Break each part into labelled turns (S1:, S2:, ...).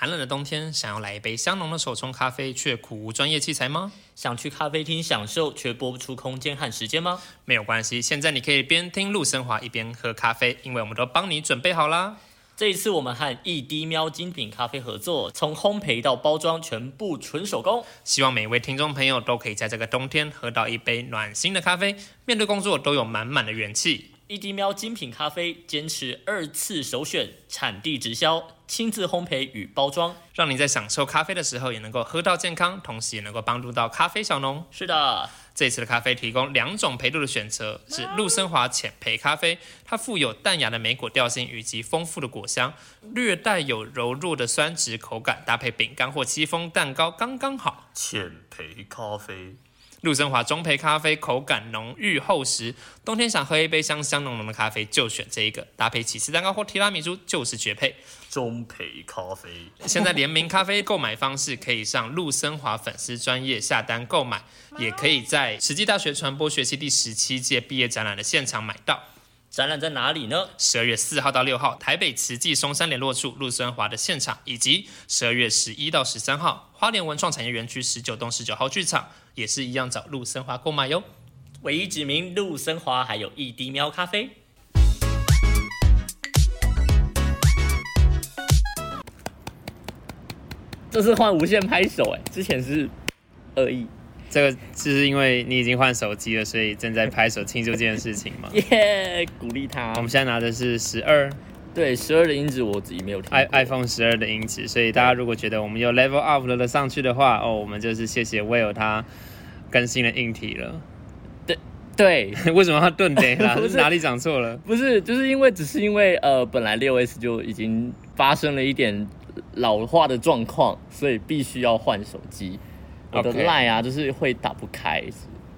S1: 寒冷的冬天，想要来一杯香浓的手冲咖啡，却苦无专业器材吗？
S2: 想去咖啡厅享受，却拨不出空间和时间吗？
S1: 没有关系，现在你可以边听陆生华一边喝咖啡，因为我们都帮你准备好啦。
S2: 这一次我们和一滴喵精品咖啡合作，从烘焙到包装全部纯手工。
S1: 希望每一位听众朋友都可以在这个冬天喝到一杯暖心的咖啡，面对工作都有满满的元气。
S2: 一滴喵精品咖啡坚持二次首选，产地直销，亲自烘焙与包装。
S1: 让你在享受咖啡的时候也能够喝到健康，同时也能够帮助到咖啡小农。
S2: 是的，
S1: 这次的咖啡提供两种焙度的选择，是陆生华浅焙咖啡，它富有淡雅的莓果调性以及丰富的果香，略带有柔弱的酸质口感，搭配饼干或戚风蛋糕刚刚好。
S2: 浅焙咖啡。
S1: 陆生华中焙咖啡口感浓郁厚实，冬天想喝一杯香香浓浓的咖啡就选这一个，搭配起司蛋糕或提拉米苏就是绝配。
S2: 中培咖啡，
S1: 现在联名咖啡购买方式可以上陆森华粉丝专业下单购买，也可以在实际大学传播学系第十七届毕业展览的现场买到。
S2: 展览在哪里呢？
S1: 十二月四号到六号，台北慈济松山联络处陆森华的现场，以及十二月十一到十三号，花莲文创产业园区十九栋十九号剧场，也是一样找陆森华购买哟。
S2: 唯一指名陆森华，还有一滴喵咖啡。这是换无限拍手哎，之前是恶意
S1: 这个就是因为你已经换手机了，所以正在拍手庆祝这件事情 嘛。
S2: 耶鼓励他。
S1: 我们现在拿的是十二
S2: 对十二的音质我自己没有听过
S1: i iPhone 十二的音质，所以大家如果觉得我们又 level up 了上去的话，哦，我们就是谢谢 Will 他更新了硬体了。
S2: 对，
S1: 为什么要顿点啦？
S2: 不是
S1: 是哪里讲错了？
S2: 不是就是因为只是因为呃本来六 S 就已经发生了一点老化的状况，所以必须要换手机。我的
S1: OK
S2: Line 啊，就是会打不开，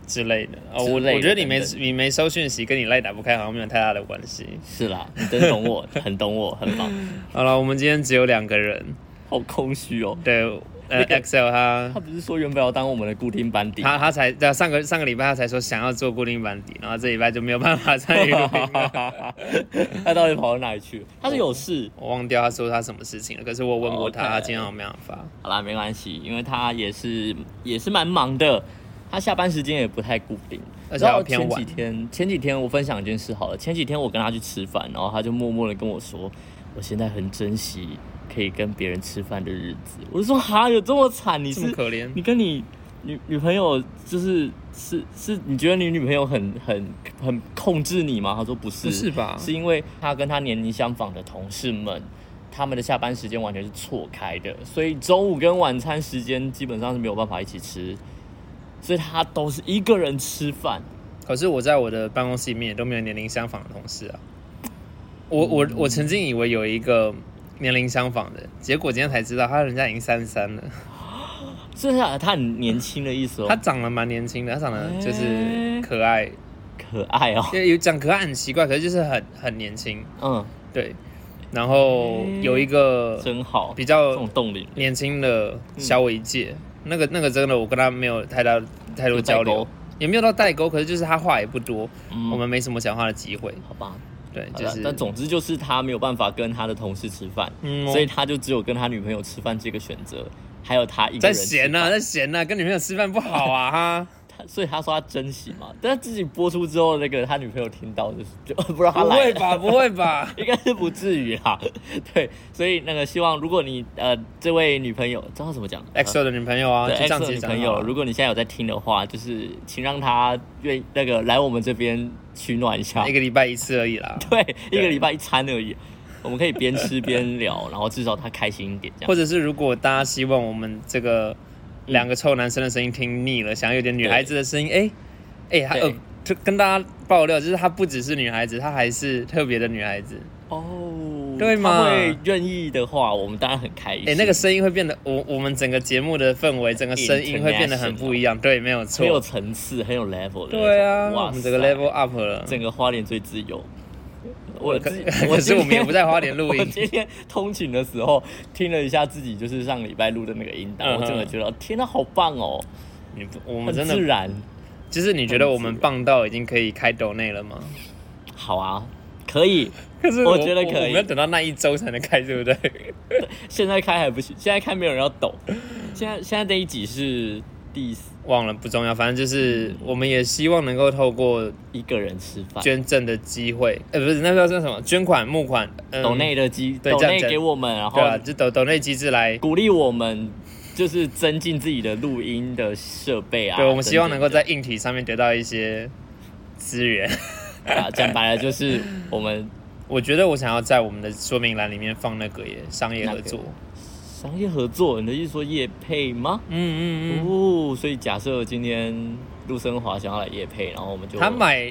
S1: 之类的。哦，
S2: 之
S1: 我
S2: 类的
S1: 我觉得你没
S2: 等等
S1: 你没收讯息，跟你赖打不开好像没有太大的关系。
S2: 是啦，你真懂我， 很懂我，很棒，
S1: 好了，我们今天只有两个人。
S2: 好空虚哦。
S1: 对，呃
S2: 那个
S1: ，Excel 他
S2: 他不是说原本要当我们的固定班底，
S1: 他 他才对啊上个上个礼拜他才说想要做固定班底，然后这礼拜就没有办法参与录音 了。
S2: 他到底跑到哪里去？他是有事。
S1: 我忘掉他说他什么事情了，可是我问过他，
S2: OK
S1: 他今天好像没办法。
S2: 好啦，没关系，因为他也是也是蛮忙的，他下班时间也不太固定。
S1: 而且还
S2: 然后
S1: 偏
S2: 前几
S1: 晚
S2: 天前几天我分享一件事好了，前几天我跟他去吃饭，然后他就默默的跟我说，我现在很珍惜可以跟别人吃饭的日子。我就说哈，有这么惨？你
S1: 这
S2: 是
S1: 么可怜，
S2: 你跟你女女朋友就是是是，你觉得你女朋友很很很控制你吗？他说不是，
S1: 不是吧
S2: 是因为他跟他年龄相仿的同事们，他们的下班时间完全是错开的，所以中午跟晚餐时间基本上是没有办法一起吃，所以他都是一个人吃饭。
S1: 可是我在我的办公室里面也都没有年龄相仿的同事啊。我我
S2: 嗯
S1: 我曾经以为有一个年龄相仿的，结果今天才知道他人家已经三十三了。
S2: 剩下的他很年轻的意思哦，
S1: 他长得蛮年轻的，他长得就是
S2: 哎
S1: 可爱，
S2: 可爱哦，
S1: 因为有讲可爱很奇怪，可是就是很很年轻，
S2: 嗯，
S1: 对。然后
S2: 哎
S1: 有一个
S2: 真好，
S1: 比
S2: 这
S1: 较
S2: 种冻龄
S1: 年轻的小我一届，那个那个真的我跟他没有太大太多交
S2: 嗯有代
S1: 流
S2: 沟，
S1: 也没有到代沟，可是就是他话也不多，
S2: 嗯
S1: 我们没什么讲话的机会，
S2: 好吧，
S1: 对，
S2: 好
S1: 就
S2: 了
S1: 是
S2: 但总之就是他没有办法跟他的同事吃饭，
S1: 嗯
S2: 所以他就只有跟他女朋友吃饭这个选择，还有他一个
S1: 在
S2: 人吃
S1: 闲啊呐、
S2: 饭
S1: 在闲呐、跟女朋友吃饭不好 啊哈！
S2: 他所以他说他珍惜嘛，但他自己播出之后，那个他女朋友听到就是就 不知道他
S1: 不
S2: 来
S1: 会
S2: 了。
S1: 吧，不会吧？
S2: 应该是不至于啦，对，所以那个希望，如果你呃这位女朋友知道怎么讲呃
S1: EXO 的女朋友啊，
S2: 对
S1: 就这样
S2: X 的
S1: 子
S2: 女
S1: 讲
S2: 朋
S1: 好
S2: 友，
S1: 了
S2: 如果你现在有在听的话，就是请让她愿那个来我们这边取暖一下
S1: 一，个礼拜一次而已啦，
S2: 对，一
S1: 对啊
S2: 个礼拜一餐而已，我们可以边吃边聊，然后至少她开心一点这样
S1: 或。者是如果大家希望我们这个两个臭男生的声音听腻了，想要有点女孩子的声音，哎哎，他呃
S2: 对，
S1: 就跟大家爆料，就是她不只是女孩子，她还是特别的女孩子。
S2: 哦，
S1: 对
S2: 他
S1: 嘛
S2: 会愿意的话，我们当然很开心。
S1: 哎，那个声音会变得，我我们整个节目的氛围，整个声音会变得很不一样。对，没有
S2: 很有
S1: 错。
S2: 层次，很有 level 的那种。
S1: 对啊，
S2: 哇
S1: 我们这个
S2: 塞
S1: level up 了。
S2: 整个花莲最自由。我
S1: 可
S2: 自己
S1: 可
S2: 我
S1: 是
S2: 今
S1: 我们也不在花莲录
S2: 我
S1: 音
S2: 今天通勤的时候听了一下自己就是上个礼拜录的那个音档，
S1: 嗯哼
S2: 我真的觉得天呐，好棒哦，
S1: 你不，我们
S2: 很
S1: 真的
S2: 自然。
S1: 就是你觉得我们棒到已经可以开抖内了吗？
S2: 好啊，可以，
S1: 可是
S2: 我觉得可以
S1: 我们要等到那一周才能开，对不对？
S2: 现在开还不行，现在开没有人要抖。 现在现在这一集是第四
S1: 忘了不重要，反正
S2: 嗯
S1: 就是我们也希望能够透过
S2: 一个人吃饭，
S1: 捐赠的机会，呃，不是那叫叫什么？捐款募款，嗯
S2: 抖内的机
S1: 对
S2: 抖
S1: 这样
S2: 内
S1: 子
S2: 给我们，然后
S1: 对啊，就抖抖内机制来。
S2: 鼓励我们就是增进自己的录音的设备啊。
S1: 对，我们希望能
S2: 等
S1: 够
S2: 等
S1: 在硬体上面得到一些资源。
S2: 的啊，讲白了就是我们
S1: 我觉得我想要在我们的说明栏里面放那个耶商业合作
S2: 那。个商业合作，你的意思说业配吗？
S1: 嗯嗯
S2: 哦，所以假设今天陆生华想要来业配，然后我们就
S1: 嗯，他买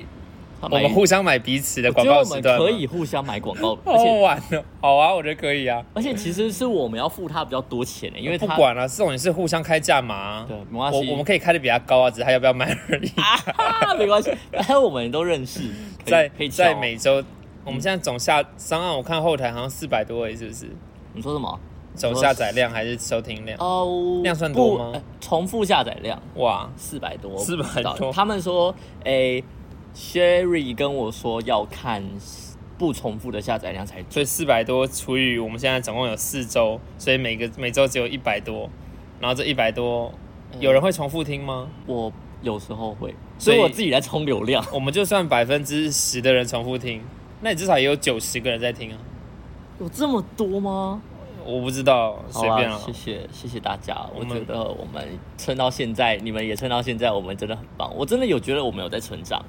S1: 我
S2: 他哦买
S1: 们互相买彼此的
S2: 我
S1: 广
S2: 觉得
S1: 告
S2: 我
S1: 时
S2: 们
S1: 段吗，
S2: 可以互相买广告，
S1: 好
S2: 而
S1: 好
S2: 且
S1: 玩哦。好啊，我觉得可以啊，
S2: 而且其实是我们要付他比较多钱的、因为
S1: 不
S2: 他
S1: 管了、啊，这种也是互相开价嘛啊。
S2: 对没关系
S1: 我我们可以开的比他高啊，只是他要不要买而已。
S2: 啊哈哈，没关系，反正我们都认识，可 以
S1: 在
S2: 可以敲啊嗯
S1: 在每周，我们现在总下商案，我看后台好像四百多位，是不是？
S2: 你说什么？
S1: 总下载量还是收听量？
S2: 哦，
S1: 量算
S2: 不
S1: 多吗
S2: 呃重复下载量
S1: 哇，
S2: 四百多，
S1: 400
S2: 不知道
S1: 多
S2: 他们说，诶 s h e r r y 跟我说要看不重复的下载量才
S1: 所
S2: 最
S1: 以四百多除以我们现在总共有四周，所以每个每周只有一百多，然后这一百多，
S2: 嗯
S1: 有人会重复听吗？
S2: 我有时候会，
S1: 所
S2: 所
S1: 以
S2: 以我自己在冲流量。
S1: 我们就算百分之十的人重复听，那你至少也有九十个人在听啊。
S2: 有这么多吗？
S1: 我不知道，随
S2: 好啦
S1: 便啊
S2: 谢。谢谢谢大家。
S1: 我
S2: 我
S1: 们
S2: 觉得我们撑到现在，你们也撑到现在，我们真的很棒。我真的有觉得我们有在成长，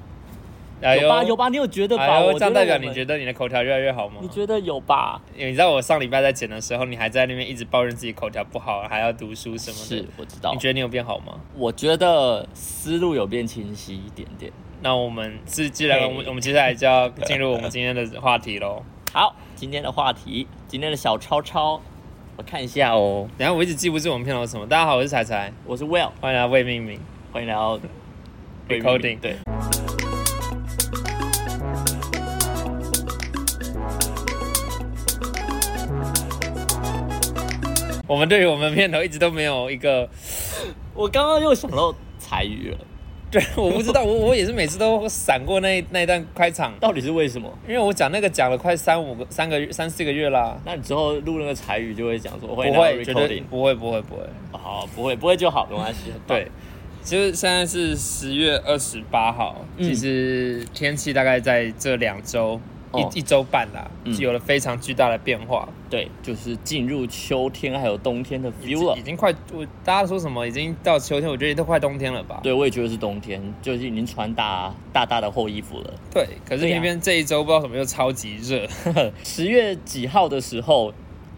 S1: 哎呦
S2: 有吧有吧？你有觉得吧？
S1: 哎
S2: 我
S1: 呦，
S2: 觉
S1: 这样
S2: 得
S1: 代表
S2: 我们
S1: 你觉得你的口条越来越好吗？
S2: 你觉得有吧？
S1: 因为你知道我上礼拜在剪的时候，你还在那边一直抱怨自己口条不好，还要读书什么
S2: 是
S1: 的。，
S2: 我知道
S1: 你。觉得你有变好吗？
S2: 我觉得思路有变清晰一点点。
S1: 那我们是，既然我们
S2: 嘿
S1: 我们接下来就要进入我们今天的话题喽。
S2: 好，今天的话题，今天的小超超，我看一下哦。
S1: 等一下我一直记不住我们片头是什么。大家好，我是彩彩，
S2: 我是 Will，
S1: 欢迎来未命名。
S2: 欢迎来 到
S1: Recording
S2: 对，
S1: 我们对于我们片头一直都没有一个，
S2: 我刚刚又想到彩语了，
S1: 对，我不知道，我我也是每次都闪过那一那一段开场，
S2: 到底是为什么？
S1: 因为我讲那个讲了快三五个三个月三四个月啦。
S2: 那你之后录那个彩语就会讲说欢
S1: 不
S2: 迎来
S1: 会，
S2: 到
S1: 绝对
S2: Recording，
S1: 不会，不会，不会。
S2: 好，不会不会就好，没关 系。很棒
S1: 对，，其实现在是十月二十八号，
S2: 嗯
S1: 其实天气大概在这两周、
S2: 哦
S1: 一一周半啦，
S2: 嗯
S1: 有了非常巨大的变化。
S2: 对，就是进入秋天还有冬天的
S1: 已
S2: feel
S1: 经
S2: 了
S1: 已。经快，我大家说什么已经到秋天，我觉得都快冬天了吧？
S2: 对，我也觉得是冬天，就是已经穿大大大的厚衣服了。
S1: 对，可是
S2: 对啊
S1: 偏偏这一周不知道什么又超级热，
S2: 十月几号的时候，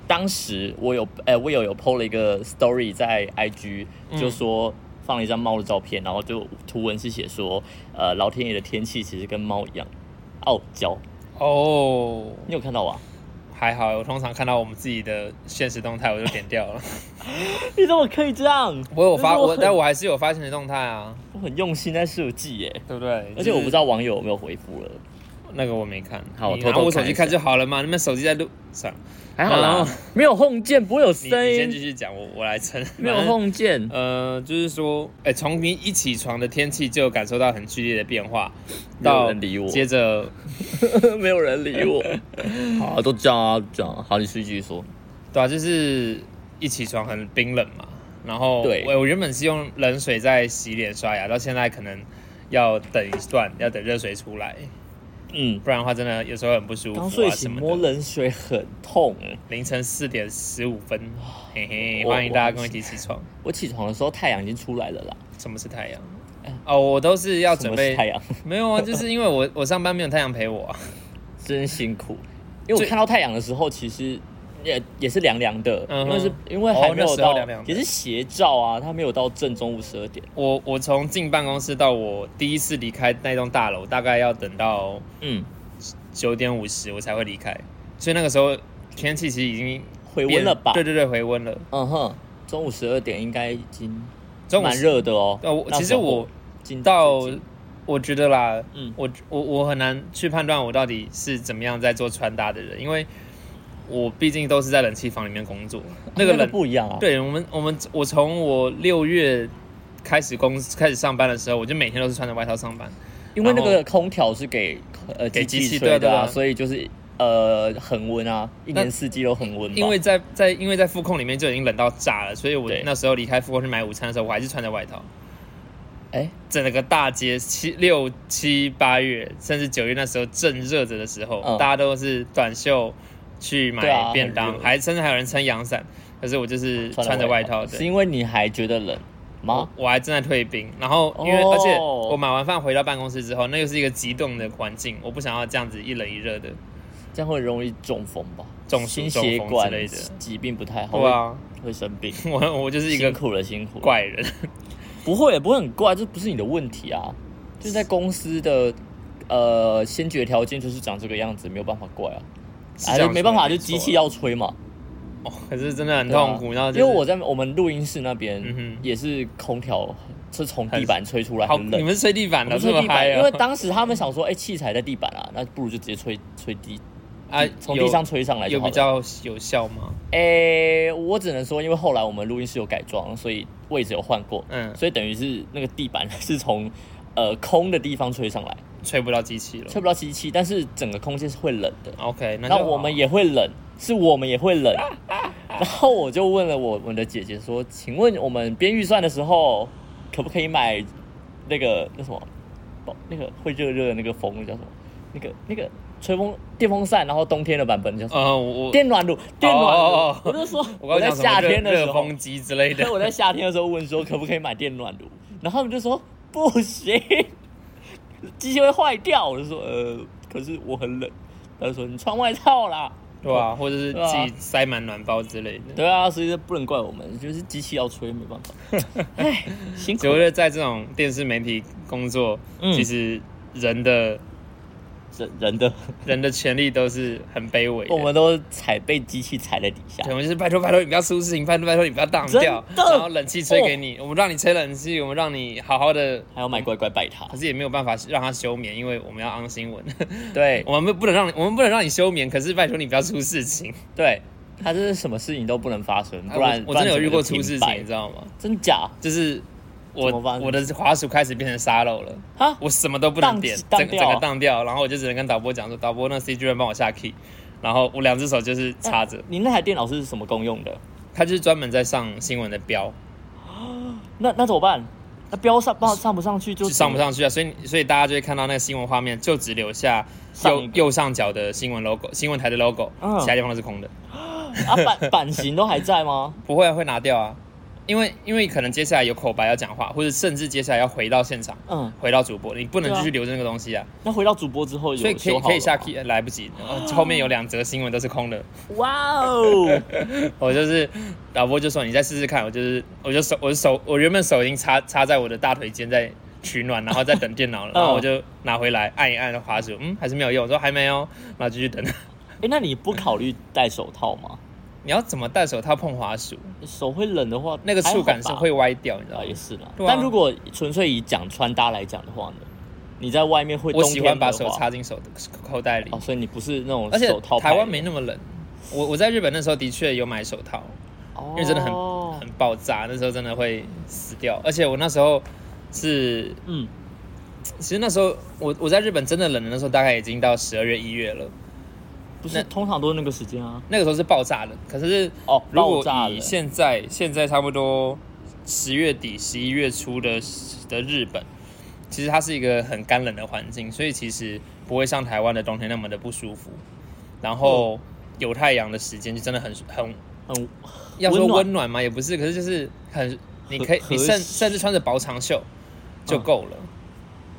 S2: 当时我有呃，我有有 PO 了一个 story 在 IG，
S1: 嗯
S2: 就说放了一张猫的照片，然后就图文是写说，呃，老天爷的天气其实跟猫一样傲娇，
S1: 哦。
S2: 你有看到吧？
S1: 还好，我通常看到我们自己的现实动态，我就点掉了。
S2: 你怎么可以这样？
S1: 我有 发，
S2: 就是
S1: 我
S2: 很
S1: 但我还是有发现实动态啊，
S2: 我很用心在设计耶，
S1: 对不对？
S2: 而且我不知
S1: 道
S2: 道网友有没有回复了，
S1: 那个我没看，
S2: 好我
S1: 你
S2: 偷
S1: 拿
S2: 偷
S1: 我手
S2: 看
S1: 机
S2: 一下
S1: 看就好了嘛。你们手机在录，算了，
S2: 还
S1: 然
S2: 好啦
S1: 后，
S2: 没有碰见，不会有
S1: 你
S2: 声
S1: 你先继
S2: 音，
S1: 续讲，我我来撑。
S2: 没有碰见，
S1: 呃，就是说，哎、从你一起床的天气就感受到很剧烈的变化，
S2: 没有
S1: 到
S2: 人理我
S1: 接着
S2: 没有人理我， 好，都这样啊，都这样啊，好，你继续说，
S1: 对啊，就是一起床很冰冷嘛，然后
S2: 对
S1: 我我原本是用冷水在洗脸刷牙，到现在可能要等一段，要等热水出来，
S2: 嗯。
S1: 不然的话真的有时候很不舒服
S2: 刚
S1: 啊
S2: 睡
S1: 什
S2: 醒
S1: 么
S2: 摸
S1: 的。
S2: 冷水很痛。欸
S1: 凌晨四点十五分，嘿嘿，
S2: 我
S1: 欢迎大家
S2: 我
S1: 跟我一起起床。
S2: 我起床的时候太阳已经出来了啦。
S1: 什么是太阳？哦，我都是要
S2: 什
S1: 准
S2: 么是
S1: 备
S2: 太阳？
S1: 没有啊，就是因为我 我上班没有太阳陪我、啊，
S2: 真辛苦，因为我
S1: 最
S2: 看到太阳的时候，其实也也是凉凉的，
S1: 嗯
S2: 因
S1: 哼
S2: 为是因为还没
S1: 哦那
S2: 有
S1: 时候
S2: 到
S1: 凉凉，的
S2: 也是斜照啊，它没有到正中午十二点。
S1: 我我从进办公室到我第一次离开那栋大楼，大概要等到
S2: 嗯，
S1: 九点五十我才会离开，所以那个时候天气其实已经
S2: 回温
S1: 变
S2: 了吧？
S1: 对对对，回温了。
S2: 嗯哼，中午十二点应该已经
S1: 中午
S2: 蛮热的哦。
S1: 呃我
S2: 那
S1: 其
S2: 时
S1: 实
S2: 候
S1: 我
S2: 进
S1: 到
S2: 最近，
S1: 我觉得啦，
S2: 嗯
S1: 我我我很难去判断我到底是怎么样在做穿搭的人，因为我毕竟都是在冷气房里面工作，那个
S2: 啊
S1: 冷
S2: 不一样啊。，
S1: 对我们，我们我从我六月开始工开始上班的时候，我就每天都是穿着外套上班。
S2: 因为那
S1: 然
S2: 个空调是给呃
S1: 给
S2: 机
S1: 机器
S2: 吹
S1: 对
S2: 的
S1: 啊
S2: 啊，
S1: 对啊
S2: 所以就是呃恒温啊，一年四季都恒温吧。
S1: 因为在在因为在副控里面就已经冷到炸了，所以我
S2: 对
S1: 那时候离开副控去买午餐的时候，我还是穿着外套。
S2: 哎
S1: 整个大街七六七八月甚至九月那时候正热着的时候，
S2: 嗯
S1: 大家都是短袖去
S2: 对啊
S1: 买便当，
S2: 很热哦
S1: 还甚至还有人撑阳伞。可是我就是穿着外套的
S2: 是，因为你还觉得冷吗？
S1: 我还正在退冰。然后因为、
S2: 哦
S1: 而且我买完饭回到办公室之后，那又是一个极冻的环境，我不想要这样子一冷一热的。
S2: 这样会容易中风吧？
S1: 中暑
S2: 心血管
S1: 中风之类的
S2: 疾病不太好，
S1: 对啊，
S2: 会会生病。
S1: 我我就是一个
S2: 辛苦哎了，辛苦了。
S1: 怪人。
S2: 不会，不会很怪，这不是你的问题啊，就是在公司的呃先决条件就是长这个样子，没有办法怪啊，
S1: 是
S2: 哎
S1: 这样说
S2: 没办
S1: 没
S2: 法，就
S1: 错
S2: 机器要吹嘛，
S1: 哦，可是真的很
S2: 对啊
S1: 痛苦，然后就
S2: 因
S1: 是
S2: 为我在我们录音室那边
S1: 嗯哼
S2: 也是空调是从地板吹出来，
S1: 好，
S2: 很
S1: 你
S2: 冷。
S1: 们是吹地板的
S2: 我们
S1: 这
S2: 吹
S1: 么
S2: 地板，
S1: 嗨啊？
S2: 因为当时他们想说，哎、器材在地板啊，那不如就直接吹吹地，
S1: 啊，
S2: 从
S1: 有
S2: 地上吹上来就
S1: 有
S2: 好
S1: 比
S2: 了。
S1: 较有效吗？
S2: 诶、我只能说，因为后来我们录音室有改装，所以位置有换过，
S1: 嗯，
S2: 所以等于是那个地板是从呃空的地方吹上来，
S1: 吹不到机器了
S2: 吹。不到机器，但是整个空间是会冷的。
S1: OK，那
S2: 那
S1: 就好
S2: 我们也会冷，是我们也 会冷。然后我就问了我们的姐姐说：“请问我们编预算的时候，可不可以买那个那什么，保那个会热热的那个风那叫什么？那个那个吹风电风扇，然后冬天的版本叫什么？
S1: 呃，我我
S2: 电暖炉，电暖炉。
S1: 哦哦哦
S2: 我就说
S1: 我刚
S2: 在
S1: 刚
S2: 夏
S1: 讲什么热
S2: 天的时
S1: 热
S2: 候，
S1: 风机之类
S2: 对，
S1: 的，
S2: 我在夏天的时候问说可不可以买电暖炉，然后他们就说不行， 机器会坏掉。我就说呃，可是我很冷。他就说你穿外套啦。
S1: 对吧？或者是
S2: 对啊
S1: 自己塞满暖包之类的。
S2: 对啊，所以这不能怪我们，就是机器要吹，没办法。 唉，辛苦
S1: 我觉得在这种电视媒体工作，
S2: 嗯
S1: 其实人的
S2: 人人的，
S1: 人的权利都是很卑微的。
S2: 我们都踩被机器踩在底下
S1: 对。我们就是拜托拜托你不要出事情，拜托拜托你不要荡掉，
S2: 真的
S1: 然后冷气吹给你，我们让你吹冷气，我们让你好好的。
S2: 还要买乖乖拜他
S1: 可，是也没有办法让它休眠，因为我们要安新闻。
S2: 对
S1: 我们不能让你，我们不能让你休眠，可是拜托你不要出事情，
S2: 对，他这是什么事情都不能发生，
S1: 啊
S2: 不然
S1: 我我真的有遇过出
S2: 不然
S1: 事
S2: 整个
S1: 情，
S2: 就停摆
S1: 你知道吗？
S2: 真假
S1: 就是我
S2: 怎么办
S1: 我的滑鼠开始变成沙漏了，
S2: 哈？
S1: 我什么都不能点，整
S2: 荡荡
S1: 个
S2: 掉
S1: 整个荡掉，然后我就只能跟导播讲说，导播那 C G 人帮我下 key，然后我两只手
S2: 嗯
S1: 就是插着，
S2: 你那台电脑是什么功用的？
S1: 他就是专门在上新闻的标，
S2: 那那怎么办？那标上不上不上去就
S1: 就上不上去啊，所以所以大家就会看到那个新闻画面就只留下
S2: 上一
S1: 右
S2: 个
S1: 右上角的新闻 logo，新闻台的 logo，
S2: 嗯
S1: 其他地方都是空的，
S2: 啊？版版型都还在吗？
S1: 不会啊会拿掉啊，因为因为可能接下来有口白要讲话，或者甚至接下来要回到现场。
S2: 嗯，
S1: 回到主播，你不能
S2: 对啊
S1: 继续留着那个东西啊，
S2: 那回到主播之后
S1: 所以
S2: 有
S1: 可
S2: 修
S1: 以
S2: 好
S1: 可以
S2: 了
S1: 下
S2: 吗
S1: key 来不及，然后后面有两则新闻都是空的，
S2: 哇哦，
S1: 我就是导播就说你再试试看，我就是我就手我就手我原本手已经插插在我的大腿间在取暖，然后在等电脑了，
S2: 嗯
S1: 然后我就拿回来按一按滑鼠，嗯还是没有用，我说还没哦，然后继续等。
S2: 哎，那你不考虑戴手套吗？
S1: 你要怎么戴手套碰滑鼠？
S2: 手会冷的话，
S1: 那个触感
S2: 还
S1: 是
S2: 好吧
S1: 会歪掉，你知道
S2: 啊，也
S1: 吗？
S2: 是啦。
S1: 对啊
S2: 但如果纯粹以讲穿搭来讲的话呢，你在外面会冬
S1: 我
S2: 天
S1: 喜欢把
S2: 的
S1: 手
S2: 话
S1: 插进手口袋里
S2: 哦，，所以你不是那种
S1: 而且
S2: 手套派
S1: 台
S2: 的，
S1: 湾没那么冷。我我在日本那时候的确有买手套，
S2: 哦，
S1: 因为真的很很爆炸，那时候真的会死掉。而且我那时候是，
S2: 嗯，
S1: 其实那时候我我在日本真的冷的那时候，大概已经到十二月一月了，
S2: 不是
S1: 那
S2: 通常都是那个时间啊。
S1: 那个时候是爆炸冷。可是
S2: 哦，
S1: 如
S2: 爆
S1: 果
S2: 炸
S1: 以
S2: 了，
S1: 现在现在差不多十月底十一月初的的日本，其实它是一个很干冷的环境，所以其实不会像台湾的冬天那么的不舒服。然后有太阳的时间就真的很很
S2: 很
S1: 要说
S2: 温暖
S1: 温暖嘛，也不是，可是就是很，你可以
S2: 和
S1: 你甚
S2: 和煦
S1: 甚至穿着薄长袖就够了，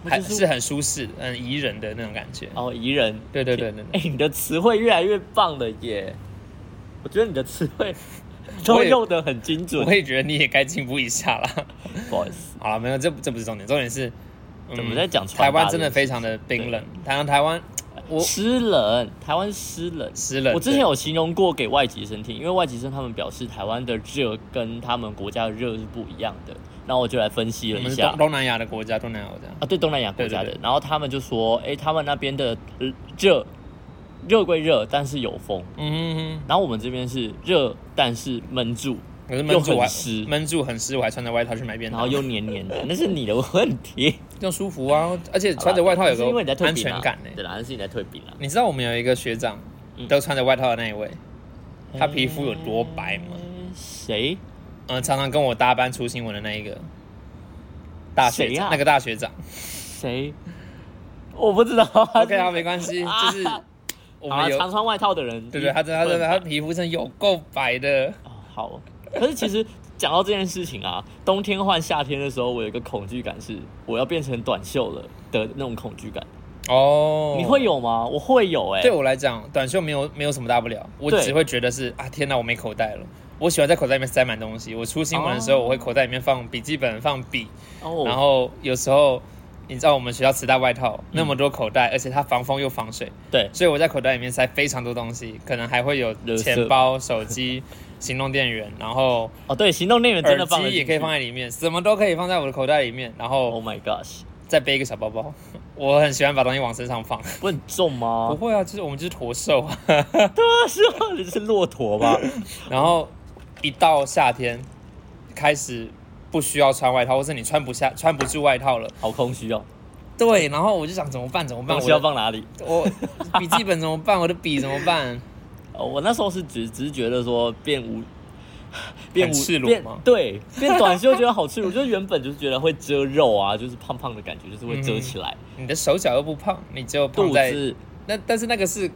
S1: 还
S2: 就是
S1: 很舒适、很宜人的那种感觉。
S2: 哦宜人。
S1: 对对对对对
S2: 哎、你的词汇越来越棒了耶！我觉得你的词汇都
S1: 我也
S2: 用的很精准
S1: 我。也觉得你也该进步一下啦。
S2: 不好意思，
S1: 好了，没有，这这不是重点，重点是，嗯
S2: 怎么在讲
S1: 台
S2: 穿搭
S1: 湾真的
S2: 这件
S1: 非常的冰冷，台湾台湾我
S2: 湿冷，台湾湿冷。
S1: 湿冷。
S2: 我之前
S1: 对
S2: 有形容过给外籍生听，因为外籍生他们表示台湾的热跟他们国家的热是不一样的，然后我就来分析了
S1: 我
S2: 一
S1: 们是
S2: 下
S1: 东。东南亚的国家，东南亚国家，
S2: 啊，对东南亚国家的，
S1: 对对
S2: 然后他们就说，哎、他们那边的呃热热归热，但是有风，
S1: 嗯，
S2: 然后我们这边是热但是闷住，
S1: 可是
S2: 又
S1: 闷住
S2: 很
S1: 我还
S2: 湿
S1: 闷住很湿，我还穿着外套去买便
S2: 然
S1: 当，
S2: 后又黏黏的，那是你的问题。
S1: 更舒服啊，而且 穿着外套有
S2: 是因为你在
S1: 个
S2: 退
S1: 安
S2: 饼啊
S1: 全感欸呢、
S2: 对啦，那是你在退饼啦。
S1: 你知道我们有一个学长
S2: 嗯
S1: 都穿着外套的那一位，他皮肤有多白吗？
S2: 谁？
S1: 嗯，常常跟我搭班出新闻的那一个大学
S2: 谁
S1: 长，
S2: 啊
S1: 那个大学长。
S2: 谁？我不知道。啊
S1: OK，好，没关系，就是我
S2: 好啊
S1: 们有
S2: 常穿外套的人，
S1: 对对，他真的他真的他
S2: 笨
S1: 皮肤真的有够白的。
S2: 哦好。可是其实讲到这件事情啊，冬天换夏天的时候，我有一个恐惧感是我要变成短袖了的那种恐惧感。
S1: 哦，
S2: 你会？有吗？我会有哎、
S1: 对我来讲，短袖没有没有什么大不了，我
S2: 对
S1: 只会觉得是啊，天哪，我没口袋了。我喜欢在口袋里面塞满东西。我出新闻的时候，
S2: 哦
S1: 我会口袋里面放笔记本、放笔，
S2: 哦，
S1: 然后有时候你知道我们学校磁带外套
S2: 嗯
S1: 那么多口袋，而且它防风又防水，
S2: 对
S1: 所以我在口袋里面塞非常多东西，可能还会有
S2: 垃圾
S1: 钱包、手 机、行动电源，然后
S2: 哦对，行动电源真
S1: 耳
S2: 的放得
S1: 机也
S2: 进
S1: 可以
S2: 去
S1: 放在里面，什么都可以放在我的口袋里面，然后
S2: Oh my gosh，
S1: 再背一个小包 包。我很喜欢把东西往身上放，
S2: 不很重
S1: 不
S2: 吗？
S1: 会啊，就是我们就是驼兽啊。
S2: 不是吧，你是骆驼吧？
S1: 然后一到夏天开始不需要穿外套，或是你穿不下、穿不住外套了，
S2: 好空虚哦，
S1: 对，然后我就想怎么办？怎么办？
S2: 东
S1: 我
S2: 西要
S1: 的
S2: 放哪里？
S1: 我笔记本怎么办？我的笔怎么办？
S2: 哦，我那时候是只只是觉得说变无。 变
S1: 很
S2: 无
S1: 赤裸
S2: 变
S1: 吗
S2: 对，变短袖觉得好赤裸，就是原本就是觉得会遮肉啊，就是胖胖的感觉，就是会遮起来。
S1: 你的手脚又不胖，你只有
S2: 肚
S1: 胖嗯在
S2: 子，
S1: 那，但是那个是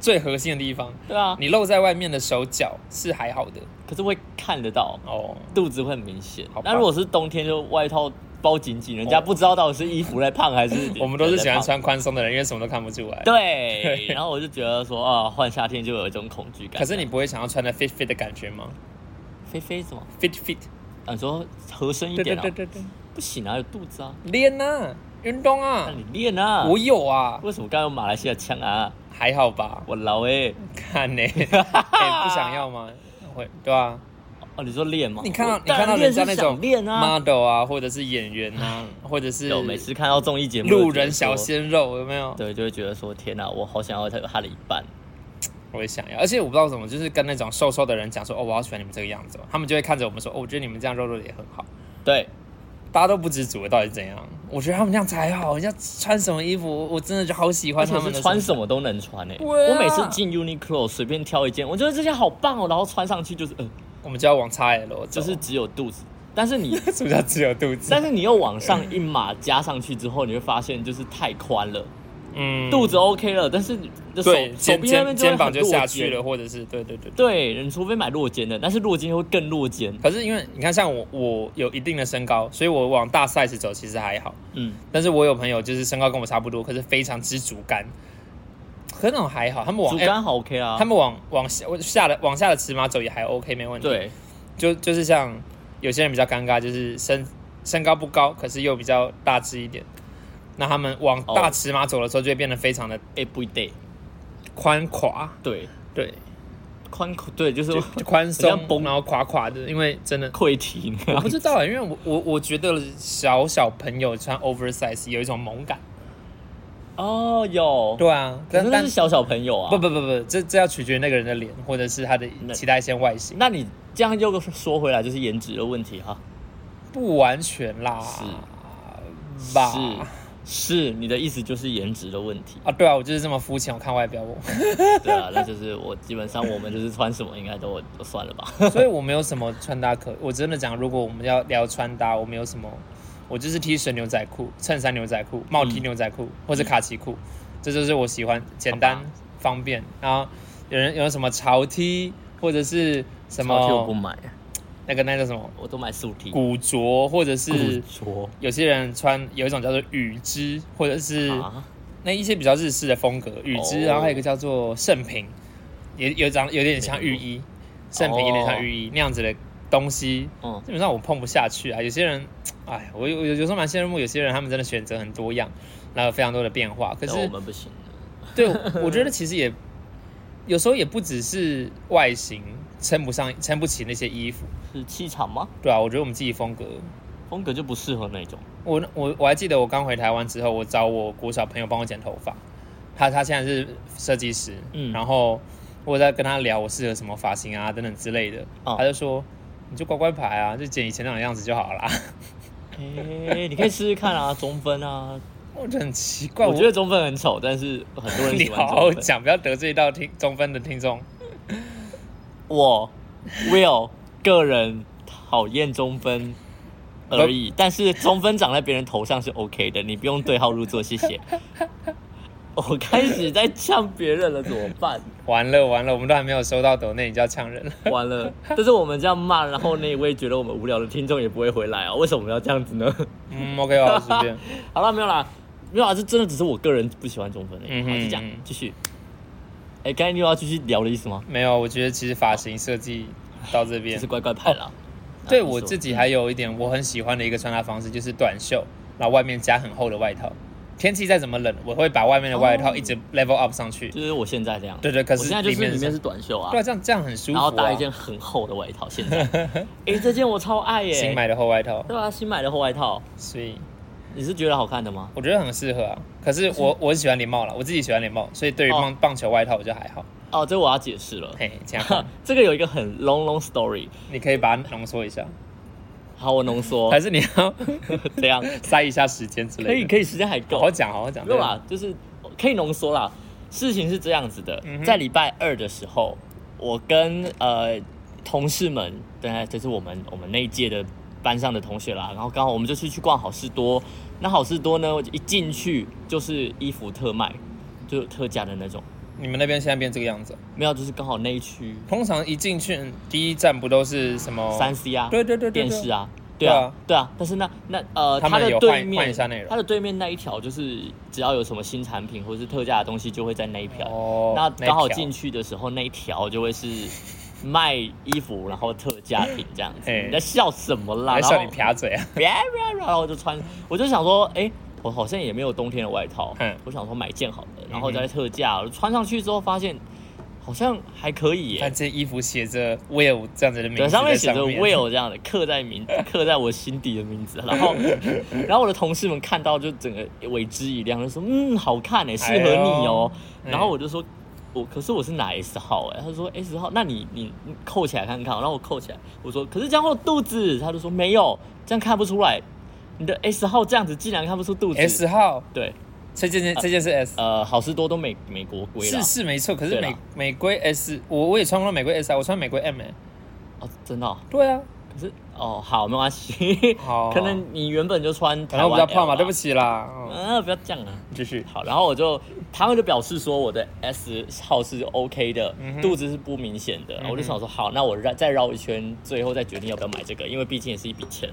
S1: 最核心的地方，
S2: 对啊，
S1: 你露在外面的手脚是还好的
S2: 可是会看得到，
S1: 哦。
S2: 肚子会很明显
S1: 好。吧哦
S2: 那如果是冬天，就外套包紧紧，人家不知道到底是衣服在胖还是
S1: 我们都是喜欢
S2: 人在胖
S1: 穿宽松的人，因为什么都看不出来。
S2: 对，然后我就觉得说啊，换夏天就有一种恐惧感。
S1: 可是你不会想要穿的 fit fit 的感觉吗
S2: 菲菲怎么？
S1: ？fit fit，
S2: 啊，你说合身一
S1: 对对
S2: 点啊
S1: 对？对对，
S2: 不行啊，有肚子啊，
S1: 练啊，运动
S2: 那
S1: 啊，
S2: 你练啊。
S1: 我有啊，
S2: 为什么刚刚有马来西亚腔啊？
S1: 还好吧？
S2: 我老哎，
S1: 看 呢、哎不想要吗？会对啊，
S2: 哦，你说练吗？
S1: 你看到
S2: 我
S1: 你看到
S2: 当然练
S1: 人家那
S2: 是
S1: 种
S2: 想练啊。
S1: model 啊，或者是演员啊，或者是
S2: 有每次看到综艺节目，
S1: 路人小
S2: 仙，
S1: 鲜肉有没有？
S2: 对，就会觉得说天哪，我好想要他他的一半。
S1: 我也想要，而且我不知道怎么，就是跟那种瘦瘦的人讲说，哦，我好喜欢你们这个样子、哦，他们就会看着我们说，哦，我觉得你们这样肉肉的也很好，
S2: 对，
S1: 大家都不知足到底怎样，我觉得他们这样才好，人家穿什么衣服，我我真的就好喜欢
S2: 而
S1: 他
S2: 且
S1: 们的
S2: 是穿什么都能穿诶、
S1: 对啊
S2: 我每次进 Uniqlo 随便挑一件，我觉得这件好棒哦，然后穿上去就是，嗯、
S1: 我们就要往 XL 走，
S2: 就是只有肚子，但是你
S1: 什么叫只有肚子？
S2: 但是你又往上一码加上去之后，你会发现就是太宽了，
S1: 嗯
S2: 肚子 OK 了，但是你的手
S1: 对
S2: 手
S1: 肩
S2: 臂那
S1: 肩
S2: 边就会
S1: 肩
S2: 很
S1: 膀就
S2: 落
S1: 下去了，
S2: 肩。
S1: 或者是对对对。
S2: 对，你除非买落肩的，但是落肩会更落肩。
S1: 可是因为你看，像我我有一定的身高，所以我往大 size 走其实还好。
S2: 嗯，
S1: 但是我有朋友就是身高跟我差不多，可是非常之竹竿，可是那种还好，他们往
S2: 竹
S1: L-
S2: 竿好 OK 啊。
S1: 哎他们往往下下的往下的尺码走也还 OK，没问题。，
S2: 对
S1: 就就是像有些人比较尴尬，就是身身高不高，可是又比较大只一点。那他们往
S2: 哦
S1: 大尺码走的时候，就会变得非常的
S2: every day，
S1: 宽垮，
S2: 对
S1: 对，
S2: 宽口对就是
S1: 就就宽松
S2: 比较，崩
S1: 然后垮垮的，因为真 的
S2: 溃体
S1: 我
S2: 那 样
S1: 不知道欸，因为我我我觉得小小朋友穿 oversize 有一种萌感。
S2: 哦，有，
S1: 对啊，
S2: 可
S1: 但
S2: 是那
S1: 但
S2: 是小小朋友啊。
S1: 不不不不，这这要取决于那个人的脸，或者是他的
S2: 那
S1: 其他一些外形，
S2: 那你这样又说回来，就是颜值的问题哈。
S1: 不完全啦，吧？。
S2: 是是，你的意思就是颜值的问题
S1: 啊，对啊，我就是这么肤浅，我看外表我，
S2: 对啊，那就是我基本上我们就是穿什么应该都都算了吧。
S1: 所以我没有什么穿搭可，我真的讲，如果我们要聊穿搭，我没有什么，我就是 T 恤牛仔裤、衬衫牛仔裤、帽 T
S2: 嗯
S1: 牛仔裤、或是卡其裤，这就是我喜欢简单
S2: 好吧
S1: 方便。然后有人有什么潮 T 或者是什
S2: 毛 T 哦我不
S1: 么
S2: 买，啊
S1: 那个那叫什么
S2: 我都买素 T。
S1: 古着，或者是
S2: 着
S1: 有些人穿有一种叫做羽织，或者是
S2: 啊，
S1: 那一些比较日式的风格，羽织，
S2: 哦
S1: 然后还有一个叫做盛平，也有长有点像浴衣，盛
S2: 哦
S1: 平有点像浴衣、那样子的东西，
S2: 嗯，
S1: 基本上我碰不下去啊。有些人，哎，我有我有有时候蛮羡慕有些人，他们真的选择很多样，然后有非常多的变化。可
S2: 可
S1: 是
S2: 我们不行。
S1: 对，我我觉得其实也有时候也不只是外形撑不上、撑不起那些衣服，
S2: 是气场吗？
S1: 对啊，我觉得我们自己风格
S2: 风格就不适合那种。
S1: 我我我还记得我刚回台湾之后，我找我国小朋友帮我剪头发，他他现在是设计师，
S2: 嗯
S1: 然后我在跟他聊我适合什么发型啊等等之类的，
S2: 哦
S1: 他就说你就乖乖牌啊，就剪以前那种样子就好啦。
S2: OK，你可以试试看啊， 中分啊。
S1: 我觉得很奇怪，
S2: 我觉得中分很丑，但是很多人
S1: 你
S2: 喜欢
S1: 好好
S2: 中分。
S1: 讲，不要得罪到听中分的听众。
S2: 我 Will 个人讨厌中分而
S1: 哦
S2: 已，但是中分长在别人头上是 OK 的，你不用对号入座，谢谢。我开始在呛别人了，怎么办？
S1: 完了完了，我们都还没有收到抖内，你就要呛人了。
S2: 完了！但是我们这样骂，然后那一位觉得我们无聊的听众也不会回来啊、为什么我们要这样子呢？
S1: 嗯，OK，我好随便。
S2: 好了，没有啦，没有啦，这真的只是我个人不喜欢中分而已。
S1: 嗯哼
S2: 好，就这样
S1: 嗯，
S2: 继续。哎、刚才你有要继续聊的意思吗？
S1: 没有，我觉得其实发型设计到这
S2: 就
S1: 边
S2: 是，乖乖牌啦。
S1: 对
S2: 啊你
S1: 我
S2: 说
S1: 自己还有一点我很喜欢的一个穿搭方式，就是短袖，然后外面加很厚的外套。天气再怎么冷，我会把外面的外套一直 level up 上去。
S2: 就是我现在这样。
S1: 对对可是
S2: 哦我现在就是
S1: 里面是
S2: 里面是短袖啊
S1: 对，啊，这样这样很舒服
S2: 然后搭
S1: 啊
S2: 一。件很厚的外套。现在， 哎、这件我超爱耶、
S1: 新买的厚外套，
S2: 对啊，新买的厚外套，
S1: 所以
S2: 你是觉得好看的吗？
S1: 我觉得很适合啊。可是 我我很喜欢礼帽啦，我自己喜欢礼帽，所以对于棒棒球外套我就还好。
S2: 哦，这我要解释了。
S1: 嘿，这样
S2: 这个有一个很 long long story，
S1: 你可以把它浓缩一下，
S2: 好，我浓 缩
S1: 还， 是你要
S2: 这样
S1: 塞一下时间之
S2: 可以
S1: 类的？
S2: 可以，时间还
S1: 好
S2: 够
S1: 好。讲，好好讲。
S2: 没有啦，就是可以浓缩啦。事情是这样子的，
S1: 嗯哼
S2: 在礼拜二的时候，我跟呃同事们，对，就是我们我们那一届的班上的同学啦，然后刚好我们就去去逛好事多。那好事多呢，我就一进去就是衣服特卖，就有特价的那种。
S1: 你们那边现在变这个样子，
S2: 没有，就是刚好那一区
S1: 通常一进去嗯第一站不都是什么？
S2: 三 C 啊，
S1: 哦对对对对
S2: 电
S1: 对
S2: 视。啊，对啊，对啊。但是那那呃，
S1: 他
S2: 它
S1: 们
S2: 的
S1: 有
S2: 对
S1: 换换一
S2: 面
S1: 下内容
S2: 它的对面那一条就是只要有什么新产品或是特价的东西，就会在那一条。
S1: 哦，
S2: 那刚好
S1: 一条
S2: 进。去的时候，那一条就会是卖衣服，然后特价品这样子。
S1: 嘿
S2: 你在笑什么啦？
S1: 还
S2: 然后
S1: 笑你撇嘴啊？
S2: 别别 别然后我就穿，我就想说，哎、我好像也没有冬天的外套，
S1: 嗯
S2: 我想说买件好了，然后再特价，我穿上去之后发现好像还可以耶、
S1: 但这衣服写着 Will 这样子的名字
S2: 对，
S1: 在
S2: 上
S1: 上
S2: 面写着 Will 这样的，刻 在名，刻在我心底的名字。然后，然后我的同事们看到就整个为之一亮，就说：“嗯，好看诶、适合你哦、
S1: 哎呦
S2: 然后我就说：“我可是我是拿 S 号诶、他说：“S 号，那你你你扣起来看哦看。”然后我扣起来，我说：“可是这样会有肚子。”他就说：“没有，这样看不出来。你的 S 号这样子竟然看不出肚子。
S1: S 号，
S2: 对，
S1: 这件这件是 S，
S2: 呃，好事多都美美国归了
S1: 是是没错。可是
S2: 对啦
S1: 美美规 S，我我也穿过美规 S 啊，我穿美规 M 哎。
S2: 哦，真的哦、
S1: 对啊，
S2: 可是哦，好，没关系。
S1: 好
S2: 可能你原本就穿
S1: 可
S2: 台
S1: 能我比
S2: 湾
S1: 较胖
S2: L 啊
S1: 嘛，
S2: 啦
S1: 对不起啦。嗯
S2: 啊，不要这样啊。
S1: 继续。
S2: 好，然后我就他们就表示说我的 S 号是 OK 的，
S1: 嗯哼嗯
S2: 肚子是不明显的。我就想说，好，那我绕再绕一圈，最后再决定要不要买这个，因为毕竟也是一笔钱。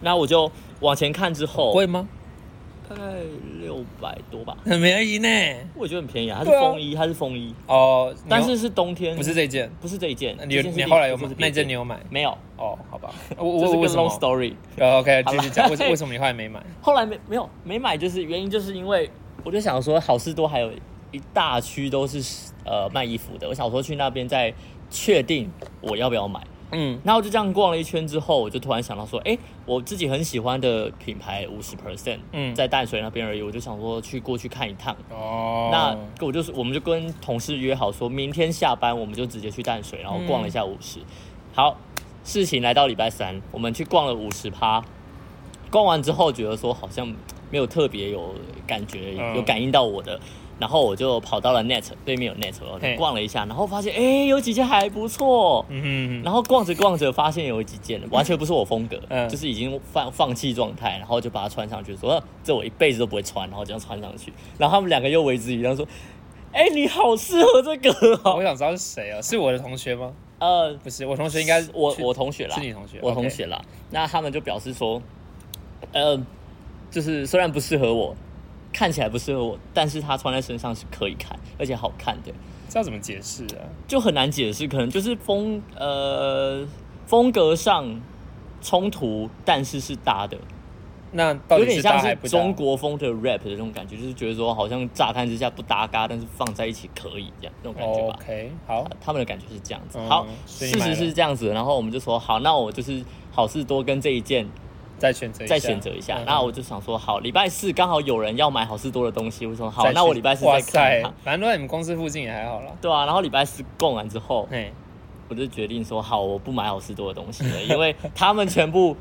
S2: 那我就往前看之后，
S1: 贵吗？
S2: 大概六百多吧，
S1: 很便宜呢。
S2: 我也觉得很便宜啊。它是
S1: 对啊
S2: 风衣，它是风衣，
S1: 哦，你有
S2: 但是是冬天，
S1: 不是这件？
S2: 不是这一件，
S1: 你
S2: 这
S1: 有
S2: 件是
S1: 你
S2: 另
S1: 后来有
S2: 这
S1: 买
S2: 是别
S1: 那件？你有买？
S2: 没有，
S1: 哦，好 吧。我我
S2: 这是
S1: 为
S2: 个
S1: 什
S2: long
S1: 么
S2: story。
S1: 哦？OK，
S2: 好
S1: 继
S2: 啦
S1: 续讲。为什为什么你后来 没买？
S2: 后来没没有没买，就是原因就是因为我就想说好事多还有一大区都是呃卖衣服的，我想说去那边再确定我要不要买。
S1: 嗯，
S2: 然后就这样逛了一圈之后，我就突然想到说，哎、我自己很喜欢的品牌五十 percent，
S1: 嗯
S2: 在淡水那边而已，我就想说去过去看一趟。
S1: 哦，
S2: 那我就是我们就跟同事约好说，明天下班我们就直接去淡水，然后逛了一下五十、好，事情来到礼拜三，我们去逛了五十趴，逛完之后觉得说好像没有特别有感觉，
S1: 嗯
S2: 有感应到我的。然后我就跑到了 Net 对面有 Net，我
S1: 嘿
S2: 就逛了一下，然后发现哎、诶有几件还不错，
S1: 嗯
S2: 然后逛着逛着，发现有几件完全不是我风格，
S1: 嗯
S2: 就是已经放放弃状态，然后就把它穿上去，说呃这我一辈子都不会穿，然后这样穿上去，然后他们两个又为之一亮，说：“哎、你好适合这个
S1: 我
S2: 哦。
S1: 想知道是谁啊？是我的同学吗？”
S2: 呃，
S1: 不是，我同学应该
S2: 是我
S1: 去
S2: 我同学啦，
S1: 是你同学
S2: 我
S1: OK
S2: 同学啦。那他们就表示说，呃，就是虽然不适合我，看起来不适合我，但是他穿在身上是可以看，而且好看的。
S1: 这要怎么解释啊？
S2: 就很难解释，可能就是风呃风格上冲突，但是是搭的，
S1: 那到
S2: 有
S1: 底
S2: 点
S1: 是
S2: 像
S1: 搭还
S2: 是
S1: 不搭
S2: 中国风的 rap 的那种感觉，就是觉得说好像乍看之下不搭嘎，但是放在一起可以这样那种感觉吧。
S1: 哦 OK，好，
S2: 他们的感觉是这样子，
S1: 嗯
S2: 好，
S1: 所以
S2: 事
S1: 你买
S2: 实
S1: 了
S2: 是这样子，然后我们就说好，那我就是好事多跟这一件
S1: 再选择一下
S2: 再选择一下
S1: 嗯，
S2: 那我就想说好，礼拜四刚好有人要买好事多的东西，我说好
S1: 再，去
S2: 那我礼拜四
S1: 哇
S2: 再看
S1: 塞
S2: 一看，，
S1: 反正都在你们公司附近也还好啦。
S2: 对啊，然后礼拜四逛完之后，
S1: 嘿，
S2: 我 就决定说好，我不买好事多的东西了，因为他们全部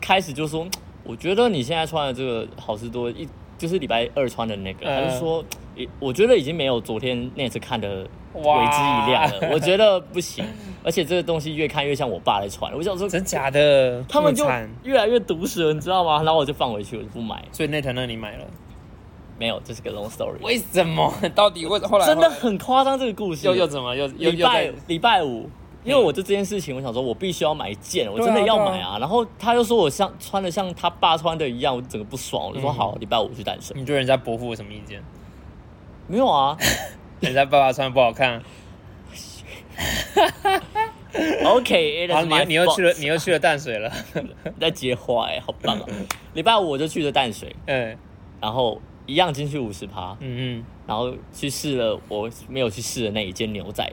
S2: 开始就说我觉得你现在穿的这个好事多一就是礼拜二穿的那个，
S1: 嗯
S2: 还是说，也我觉得已经没有昨天那次看的为之
S1: 哇
S2: 一亮 了。我觉得不行，而且这个东西越看越像我爸在穿。我想说，
S1: 真假的，
S2: 他们
S1: 这
S2: 就
S1: 么惨
S2: 越来越毒舌，你知道吗？然后我就放回去，我就不买。
S1: 所以那团那你买了？
S2: 没有，这是个 long story。
S1: 为什 么？到底为后来
S2: 真的
S1: 后来
S2: 很夸张，这个故事
S1: 又又怎么又又
S2: 礼
S1: 又
S2: 拜
S1: 在
S2: 礼拜五，因为我就这件事情，我想说我必须要买一件，我真的要买啊。然后他就说我像穿的像他爸穿的一样，我整个不爽，我就说
S1: 嗯
S2: 好，礼拜五去单身。
S1: 你对人家伯父有什么意见？
S2: 没有 啊
S1: 人家爸爸穿得不好 看，
S2: ，OK，it
S1: 然后
S2: is
S1: 你又
S2: my
S1: 你又去了，
S2: fault
S1: 你又去了淡水了，
S2: 你在接话哎，好棒啊！礼拜五我就去了淡水，
S1: 嗯
S2: 然后一样进去五十趴，
S1: 嗯
S2: 然后去试了我没有去试的那一件牛仔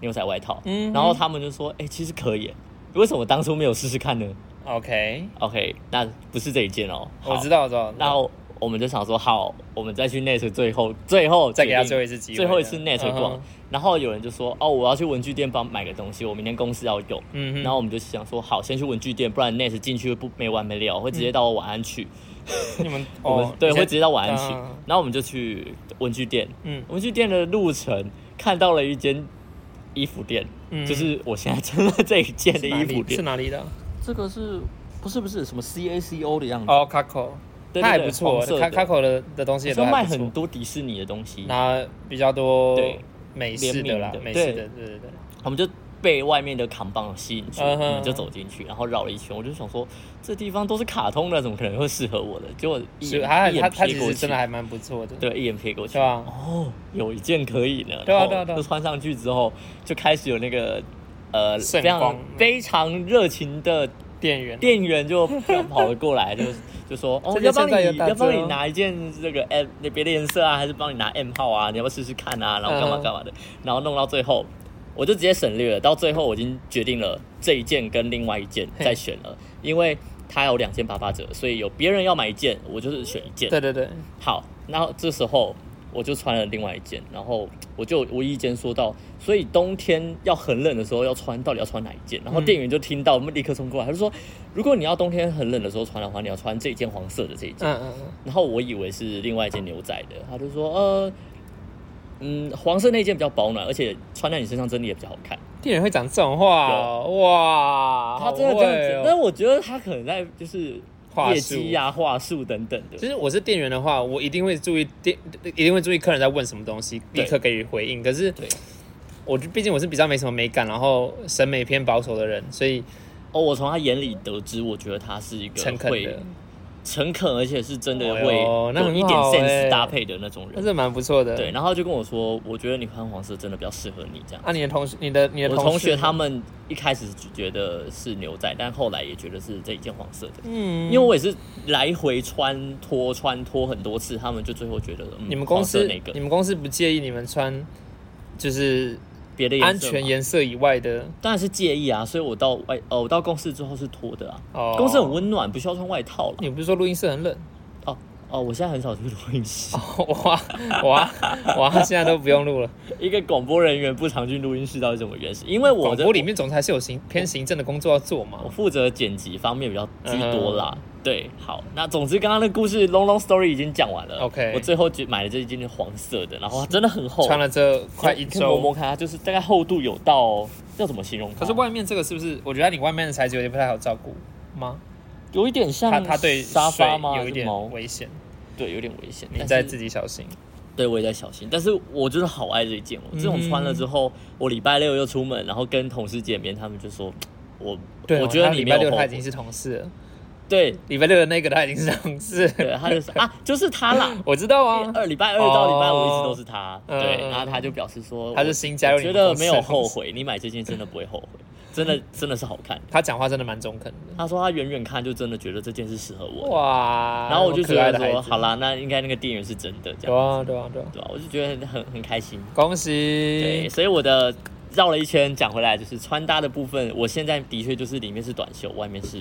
S2: 牛仔外套，
S1: 嗯
S2: 然后他们就说，哎，其实可以耶，为什么我当初没有试试看呢
S1: 嗯，OK，
S2: ？OK，那不是这一件哦，
S1: 我
S2: 好
S1: 知道我知道，
S2: 然后我们就想说，好，我们再去 Net 最后最后
S1: 再给他
S2: 决定
S1: 最后一次机会
S2: 最后一次 Net
S1: 嗯哼
S2: 逛。然后有人就说，哦，我要去文具店帮买个东西，我明天公司要用。
S1: 嗯哼
S2: 然后我们就想说，好，先去文具店，不然 Net 进去不没完没了，会直接到我晚安去。
S1: 你们
S2: 我们
S1: 嗯哦
S2: 对，
S1: 你
S2: 会
S1: 先
S2: 直接到晚安去
S1: 嗯。
S2: 然后我们就去文具店，
S1: 嗯
S2: 文具店的路程看到了一间衣服店，
S1: 嗯
S2: 就是我现在穿的这一件的
S1: 是
S2: 衣
S1: 哪
S2: 服
S1: 里是
S2: 店。
S1: 哪里的？
S2: 这个是不是不是什么 C A C O 的样子？
S1: 哦，Caco，
S2: 对对对
S1: 它还不
S2: 黄
S1: 错，
S2: 色
S1: 它
S2: 的
S1: Caco 的的东西也
S2: 就
S1: 都
S2: 卖
S1: 还不
S2: 很
S1: 错，
S2: 多迪士尼的东西。
S1: 那比较多
S2: 对
S1: 美式的啦
S2: 联名的，
S1: 美式
S2: 对
S1: 的，对对对，
S2: 我们就被外面的扛棒吸引住，我
S1: 嗯哼
S2: 们就走进去，然后绕了一圈。我就想说，这地方都是卡通的，怎么可能会适合我的？结果一
S1: 是
S2: 眼
S1: 它
S2: 一
S1: 它
S2: 眼
S1: 它
S2: 瞥
S1: 其
S2: 过
S1: 实
S2: 去
S1: 真的，还蛮不错的，
S2: 对，一眼瞥过去
S1: 对，吧？
S2: 哦，有一件可以呢。
S1: 对啊
S2: 然后
S1: 对啊对啊
S2: 就穿上去之后，就开始有那个呃
S1: 圣
S2: 非常
S1: 光嗯
S2: 非常热情的
S1: 店员
S2: 店员就跑了过 来，就就说哦，
S1: 这个
S2: 要帮
S1: 现在有
S2: 你
S1: 打折
S2: 要帮你
S1: 哦
S2: 拿一件这个 M 那别的颜色啊，还是帮你拿 M 号啊？你要不要试试看啊？然后干嘛
S1: 嗯
S2: 干嘛的，然后弄到最后，我就直接省略了。到最后我已经决定了这一件跟另外一件
S1: 嘿
S2: 再选了，因为它有两件八八折，所以有别人要买一件，我就是选一件。
S1: 对对对，
S2: 好，然后这时候我就穿了另外一件，然后我就无意间说到，所以冬天要很冷的时候要穿，到底要穿哪一件？然后店员就听到，我嗯们立刻冲过来，他就说，如果你要冬天很冷的时候穿的话，你要穿这一件黄色的这一件。
S1: 嗯嗯嗯，
S2: 然后我以为是另外一件牛仔的，他就说，呃，嗯，黄色那件比较保暖，而且穿在你身上真的也比较好看。
S1: 店员会讲这种话哦，哇，
S2: 他真的这样子，
S1: 好会
S2: 但
S1: 哦。
S2: 我觉得他可能在就是
S1: 话术
S2: 业绩呀、话术等等的。
S1: 其实我是店员的话，我一定会注意店，一定会注意客人在问什么东西，
S2: 对
S1: 立刻给予回应。可是
S2: 对，
S1: 我就毕竟我是比较没什么美感，然后审美偏保守的人，所以
S2: 哦，我从他眼里得知，我觉得他是一个
S1: 诚恳
S2: 会
S1: 的，
S2: 诚恳，而且是真的
S1: 哎
S2: 会
S1: 呦那
S2: 有
S1: 很
S2: 一点
S1: 好欸
S2: sense 搭配的那种
S1: 那
S2: 人。
S1: 是蛮不错的。
S2: 对，，然后就跟我说，我觉得你穿黄色真的比较适合你这样。
S1: 啊，你的同学，你的你的
S2: 我同
S1: 事
S2: 学他，们一开始只觉得是牛仔，但后来也觉得是这一件黄色的，
S1: 嗯
S2: 因为我也是来回穿脱穿脱很多次，他们就最后觉得、嗯、
S1: 你们公司
S2: 黄色那
S1: 你
S2: 个
S1: 们公司不介意你们穿就是
S2: 别的颜
S1: 安
S2: 色吗
S1: 全颜色以外的
S2: 当然是介意啊，所以我到外哦，我到公司之后是脱的啊，
S1: 哦。
S2: 公司很。温暖，不需要穿外套了。
S1: 你不是说录音室很冷？
S2: 哦哦，我现在很少去录音室。
S1: 哦哇哇哇！现在都不用录了。
S2: 一个广播人员不常去录音室到底怎么原始？因为我
S1: 广
S2: 的
S1: 播里面总裁是有行偏行政的工作要做嘛
S2: 我。负责剪辑方面比较居多啦。
S1: 嗯
S2: 对，好，那总之刚刚的故事 long long story 已经讲完了。
S1: OK
S2: 我最后就买了这一件黄色的，然后它真的很厚，
S1: 穿了这快一
S2: 你可以摸摸
S1: 周，
S2: 看，它就是大概厚度有到要怎么形容它？
S1: 可是外面这个是不是？我觉得你外面的材质有点不太好照顾吗？
S2: 有一点像
S1: 它它对
S2: 沙发吗？
S1: 水
S2: 还
S1: 有
S2: 是
S1: 一点
S2: 毛
S1: 危险，
S2: 对，有点危险。
S1: 你
S2: 但
S1: 再
S2: 是
S1: 自己小心。
S2: 对，我也在小心，但是我就是好爱这一件哦。
S1: 嗯
S2: 我这种穿了之后，我礼拜六又出门，然后跟同事见面，他们就说我，
S1: 对哦，
S2: 我觉得
S1: 他礼
S2: 你没有
S1: 拜
S2: 后
S1: 六他
S2: 悔
S1: 已。经是同事了，
S2: 对，
S1: 礼拜六的那个他已经是同事，。
S2: 对，他就是啊，就是他啦
S1: 我知道啊。
S2: 二礼拜二到礼拜五一直
S1: 哦
S2: 都是他，
S1: 嗯
S2: 对，
S1: 嗯
S2: 然后他就表示说，
S1: 他是
S2: 我
S1: 新加入
S2: 我
S1: 你
S2: 觉
S1: 们
S2: 得
S1: 公司
S2: 没有后悔，你买这件真的不会后悔， 真的真的是好看。
S1: 他讲话真的蛮中肯的。
S2: 他说他远远看就真的觉得这件是适合我的，
S1: 哇！
S2: 然后我就
S1: 那么
S2: 觉
S1: 可爱的
S2: 得
S1: 孩
S2: 说，
S1: 子
S2: 好，啦，那应该那个店员是真的这
S1: 对
S2: 样，
S1: 啊，对啊，对啊，
S2: 对吧？我就觉得很很开心，
S1: 恭
S2: 对，
S1: 喜！
S2: 所以我的绕了一圈讲回来，就是穿搭的部分，我现在的确就是里面是短袖，外面是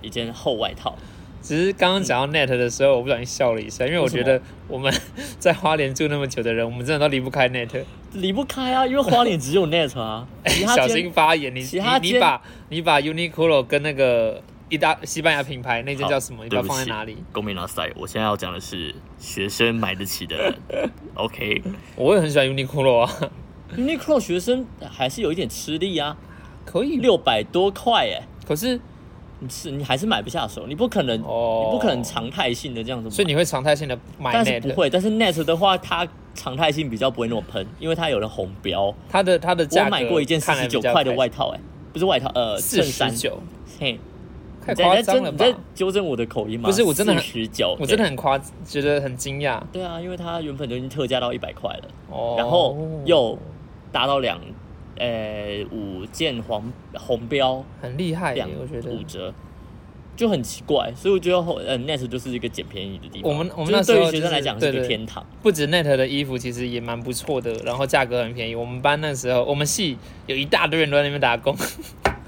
S2: 一件厚外套，
S1: 只是刚刚讲到 Net 的时候，我不小心笑了一下，因为我觉得我们 在花莲住那么久的人，我们真的都离不开 Net。
S2: 离不开啊，因为花脸只有 net 啊，其 他
S1: 小
S2: 间
S1: 心发言，你
S2: 其他
S1: 你
S2: 间
S1: 你把你把 Uniqlo 跟那个意大西班牙品牌那间
S2: 好
S1: 叫什么？你把
S2: 对
S1: 它
S2: 不
S1: 放在
S2: 起
S1: 哪里？？
S2: 公民老塞，我现在要讲的是学生买得起的 人。OK，
S1: 我也很喜欢 Uniqlo 啊，
S2: Uniqlo 学生还是有一点吃力啊，
S1: 可以。
S2: 六百多块哎、
S1: 可是，
S2: 你是你还是买不下手，你不可能，
S1: 哦
S2: 你不可能常态性的这样子买，
S1: 所以你会常态性的买
S2: 但是
S1: Net，
S2: 不会，但是 Net 的话，它常态性比较不会那么喷，因为它有了红标。
S1: 它的它的价
S2: 我
S1: 格
S2: 买过一件四
S1: 看
S2: 十
S1: 来
S2: 九
S1: 比较
S2: 块的
S1: 开
S2: 外套、哎，不是外套，呃，
S1: 四
S2: 衬衫
S1: 十。九，
S2: 嘿，
S1: 太
S2: 你在
S1: 夸
S2: 你在
S1: 张了
S2: 纠你在
S1: 吧？
S2: 纠正我的口音吗？
S1: 不是我真的很
S2: 十九，
S1: 我真的
S2: 对
S1: 很夸，觉得很惊讶
S2: 对啊，因为它原本就已经特价到一百块了，
S1: 哦。
S2: 然后又搭到两，呃，五件黄红标，
S1: 很厉害耶
S2: 两，
S1: 哎我觉得
S2: 五折，就很奇怪，所以我觉得后呃 Net 就是一个捡便宜的地方。
S1: 我们我们
S2: 就
S1: 那
S2: 是
S1: 时候
S2: 对于学
S1: 就
S2: 生来
S1: 是
S2: 讲
S1: 对
S2: 是一个
S1: 对
S2: 天堂，
S1: 不止 Net 的衣服其实也蛮不错的，然后价格很便宜。我们班那时候，我们系有一大堆人都在那边打工，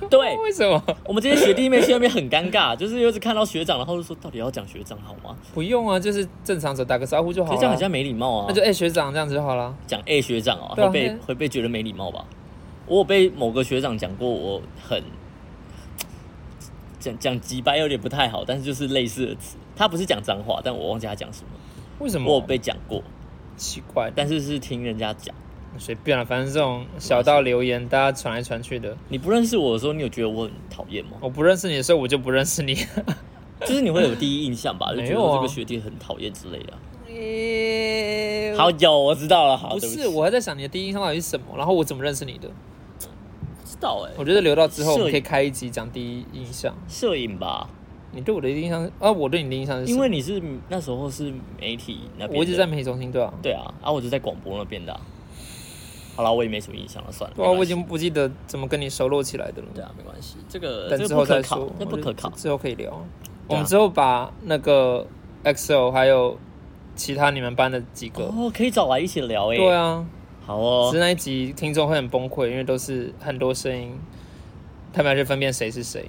S2: 对
S1: 为什么？
S2: 我们这些学弟妹去那边很尴尬，就是又是看到学长，然后就说到底要讲学长好吗？
S1: 不用啊，就是正常走打个招呼就
S2: 可
S1: 好
S2: 是这样
S1: 了
S2: 好。像没礼貌啊
S1: 那就，哎、学长这样子就好了。
S2: 讲 A 学长啊，
S1: 对啊
S2: 会被
S1: 那
S2: 会被觉得没礼貌吧？我有被某个学长讲过，我很讲讲几掰有点不太好，但是就是类似的词，他不是讲脏话，但我忘记他讲什么，
S1: 为什么？啊
S2: 我有被讲过，
S1: 奇怪，
S2: 但是是听人家讲。
S1: 随便了，反正这种小道留言，大家传来传去的。
S2: 你不认识我的时候，你有觉得我很讨厌吗？
S1: 我不认识你的时候，我就不认识 你。
S2: 就是你会有第一印象吧，就觉
S1: 没
S2: 得
S1: 有啊
S2: 这个学弟很讨厌之类的啊。好，有我知道了，好，
S1: 不
S2: 对
S1: 是，
S2: 起
S1: 我还在想你的第一印象到底是什么，然后我怎么认识你的？
S2: 不知道哎、
S1: 我觉得留到之后，我
S2: 摄
S1: 们
S2: 影
S1: 可以开一集讲第一印象。
S2: 摄影吧，
S1: 你对我的印象是啊，我对你的印象是什
S2: 因
S1: 么？
S2: 为你是那时候是媒体那边的，
S1: 我一直在媒体中心，对啊，
S2: 对啊，啊，我就在广播那边的啊、好了，我也没什么印象了，算了。
S1: 对啊，
S2: 没
S1: 我已
S2: 关系
S1: 经不记得怎么跟你熟络起来的了。
S2: 对啊，没关系，这个
S1: 等之
S2: 这个
S1: 后
S2: 不
S1: 再
S2: 可
S1: 说
S2: 靠，，这
S1: 我
S2: 不可
S1: 就
S2: 靠。
S1: 之后可以聊。我
S2: 对啊
S1: 们之后把那个 XO 还有其他你们班的几个，
S2: 哦，可以找来一起聊诶、
S1: 对，啊，
S2: 好
S1: 只是
S2: 哦，
S1: 那一集听众会很崩溃，因为都是很多声音，他们要去分辨谁是谁。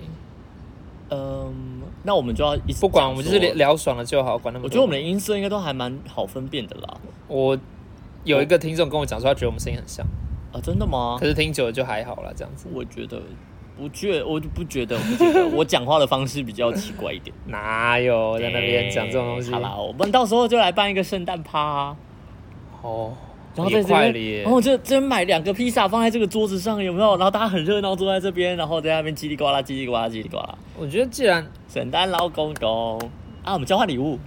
S2: 嗯，那我们就要一直
S1: 不管，
S2: 讲
S1: 我们就是
S2: 说
S1: 聊聊爽了就好，管那么多。
S2: 我觉得我们的音色应该都还蛮好分辨的啦。
S1: 我有一个听众跟我讲说，他觉得我们声音很像，
S2: 啊，真的吗
S1: 可？是听久了就还好了，这样子。
S2: 我觉得，不觉，我就不 觉得，我不觉得，我讲话的方式比较奇怪一点。
S1: 哪有在那边讲这种东西？
S2: 哎好啦，我们到时候就来办一个圣诞趴、啊，
S1: 哦，
S2: 然后在
S1: 也快
S2: 这
S1: 了
S2: 边，哦
S1: 耶
S2: 然后这这边买两个披萨放在这个桌子上，有没有？然后大家很热闹坐在这边，然后在那边叽里呱啦、叽里呱啦、叽里呱啦。
S1: 我觉得既然
S2: 圣诞老公公啊，我们交换礼物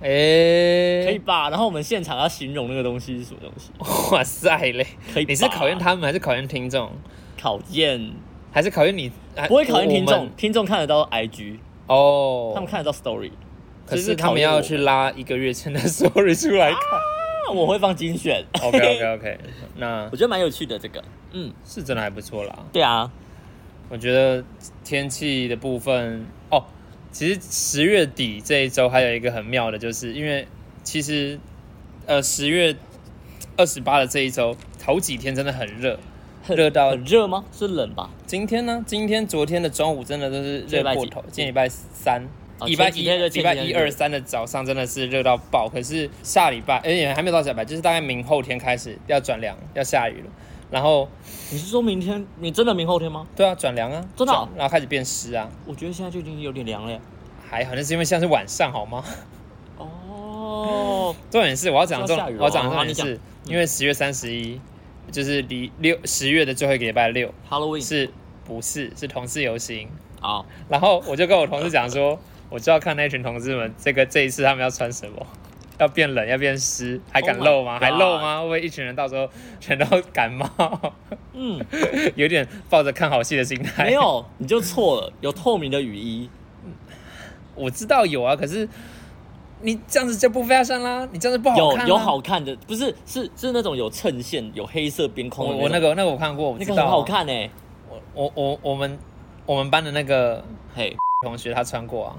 S1: 哎，
S2: 可以吧？然后我们现场要形容那个东西是什么东西，
S1: 哇塞嘞！
S2: 可以吧？
S1: 你是考验他们，还是考验听众，
S2: 考验，
S1: 还是考验你？还
S2: 不会考验听
S1: 我
S2: 众
S1: 们，
S2: 听众看得到 IG，
S1: 哦。
S2: 他们，看得到 Story。
S1: 可
S2: 就是是
S1: 他
S2: 考
S1: 们
S2: 验
S1: 要
S2: 我
S1: 去拉一个月前的 story 出来看。
S2: 那我会放精选，
S1: OK OK OK，那
S2: 我觉得蛮有趣的这个。嗯，
S1: 是真的还不错啦。
S2: 对啊，
S1: 我觉得天气的部分哦，其实十月底这一周还有一个很妙的，就是因为其实呃十月二十八的这一周头几天真的很热，热到
S2: 很热吗？是冷吧？
S1: 今天呢，今天昨天的中午真的都是热过头，今
S2: 这
S1: 天礼
S2: 礼嗯
S1: 拜三。
S2: 哦
S1: 礼拜
S2: 前几
S1: 一、
S2: 天热
S1: 礼拜
S2: 前
S1: 一
S2: 几天热
S1: 二三的早上真的是热到爆，可是下礼拜，而、且还没有到下礼拜，就是大概明后天开始要转凉，要下雨了。然后，
S2: 你是说明天？你真的明后天吗？
S1: 对啊，转凉啊，
S2: 真的哦
S1: 转然后开始变湿啊，
S2: 我觉得现在就已经有点凉了耶。
S1: 还好，那是因为现在是晚上，好吗？
S2: 哦，
S1: 重点是我要讲的重，
S2: 要下雨哦
S1: 我要讲的重
S2: 好
S1: 点
S2: 你
S1: 是，因为十月三十一就是离六十月的最后一个礼拜六，
S2: Halloween 啊
S1: 是不是是同志游行？
S2: 好，
S1: 然后我就跟我同事讲说，我就要看那群同志们这个这一次他们要穿什么，要变冷，要变湿，还敢
S2: Oh my
S1: 露吗
S2: God
S1: 还露吗？会不会一群人到时候全都感冒？
S2: 嗯，
S1: 有点抱着看好戏的心态。
S2: 没，有，你就错了，有透明的雨衣，
S1: 我知道有啊，可是你这样子就不 fashion 啦，你这样子不好
S2: 有
S1: 看、啊。
S2: 有好看的，不是是是那种有衬线、有黑色边
S1: 我
S2: 框的
S1: 我那
S2: 种
S1: 个那个我看过，我
S2: 那
S1: 知
S2: 个
S1: 道、啊
S2: 很好。看哎，
S1: 我我我我们我们班的那个
S2: 嘿，
S1: 同学他穿过啊，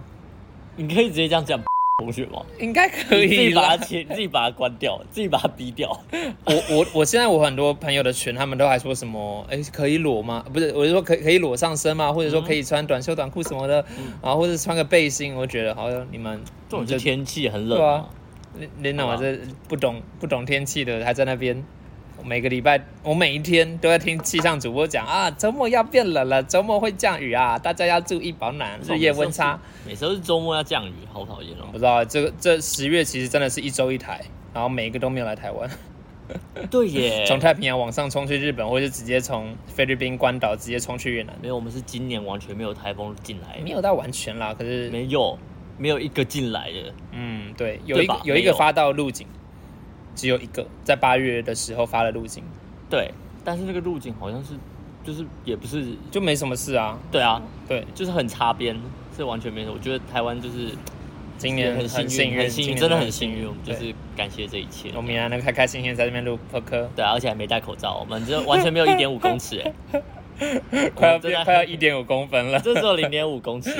S2: 你可以直接这样讲同学吗？
S1: 应该 可
S2: 你自
S1: 以
S2: 己把
S1: 啦
S2: 它。切，你自己把它关掉，自己把它 逼掉。
S1: 我我我现在我很多朋友的群，他们都还说什么，哎、可以裸吗？不是，我是说可以可以裸上身吗？或者说可以穿短袖短裤什么的，然后或者穿个背心，我觉得好像你们
S2: 嗯这
S1: 你
S2: 种
S1: 们
S2: 就
S1: 就
S2: 天气很
S1: 对
S2: 冷
S1: 啊
S2: 啊，
S1: 连连我
S2: 好吧
S1: 这不懂不懂天气的还在那边，每个礼拜，我每一天都在听气象主播讲啊，周末要变冷了，周末会降雨啊，大家要注意保暖，日夜温差。
S2: 每次都是周末要降雨，好讨厌哦
S1: 不。知道这个这十月其实真的是一周一台，然后每一个都没有来台湾，
S2: 对耶，
S1: 从呃太平洋往上冲去日本，或者直接从菲律宾关岛直接冲去越南，
S2: 没有，我们是今年完全没有台风进来，
S1: 没有到完全啦，可是
S2: 没有，没有一个进来的。
S1: 嗯，对，有一
S2: 对
S1: 个
S2: 吧
S1: 有一
S2: 没
S1: 个
S2: 有
S1: 发到路径，只有一个，在八月的时候发了路径，
S2: 对，但是那个路径好像是，就是也不是，
S1: 就没什么事啊。
S2: 对啊，
S1: 对，
S2: 就是很擦边，是完全没有。我觉得台湾就是
S1: 今年
S2: 很
S1: 很
S2: 幸
S1: 幸
S2: 运，
S1: 运，
S2: 很
S1: 今
S2: 幸运，
S1: 年
S2: 真的很幸运，我们就
S1: 对
S2: 是感谢这一切。
S1: 我们原来那个开开心心在这边录播 客，
S2: 对啊，而且还没戴口罩，我们这完全没有一点五公尺， 哎，
S1: 快要
S2: 真的
S1: 变快要一点五公分了。
S2: 这只有零点五公尺，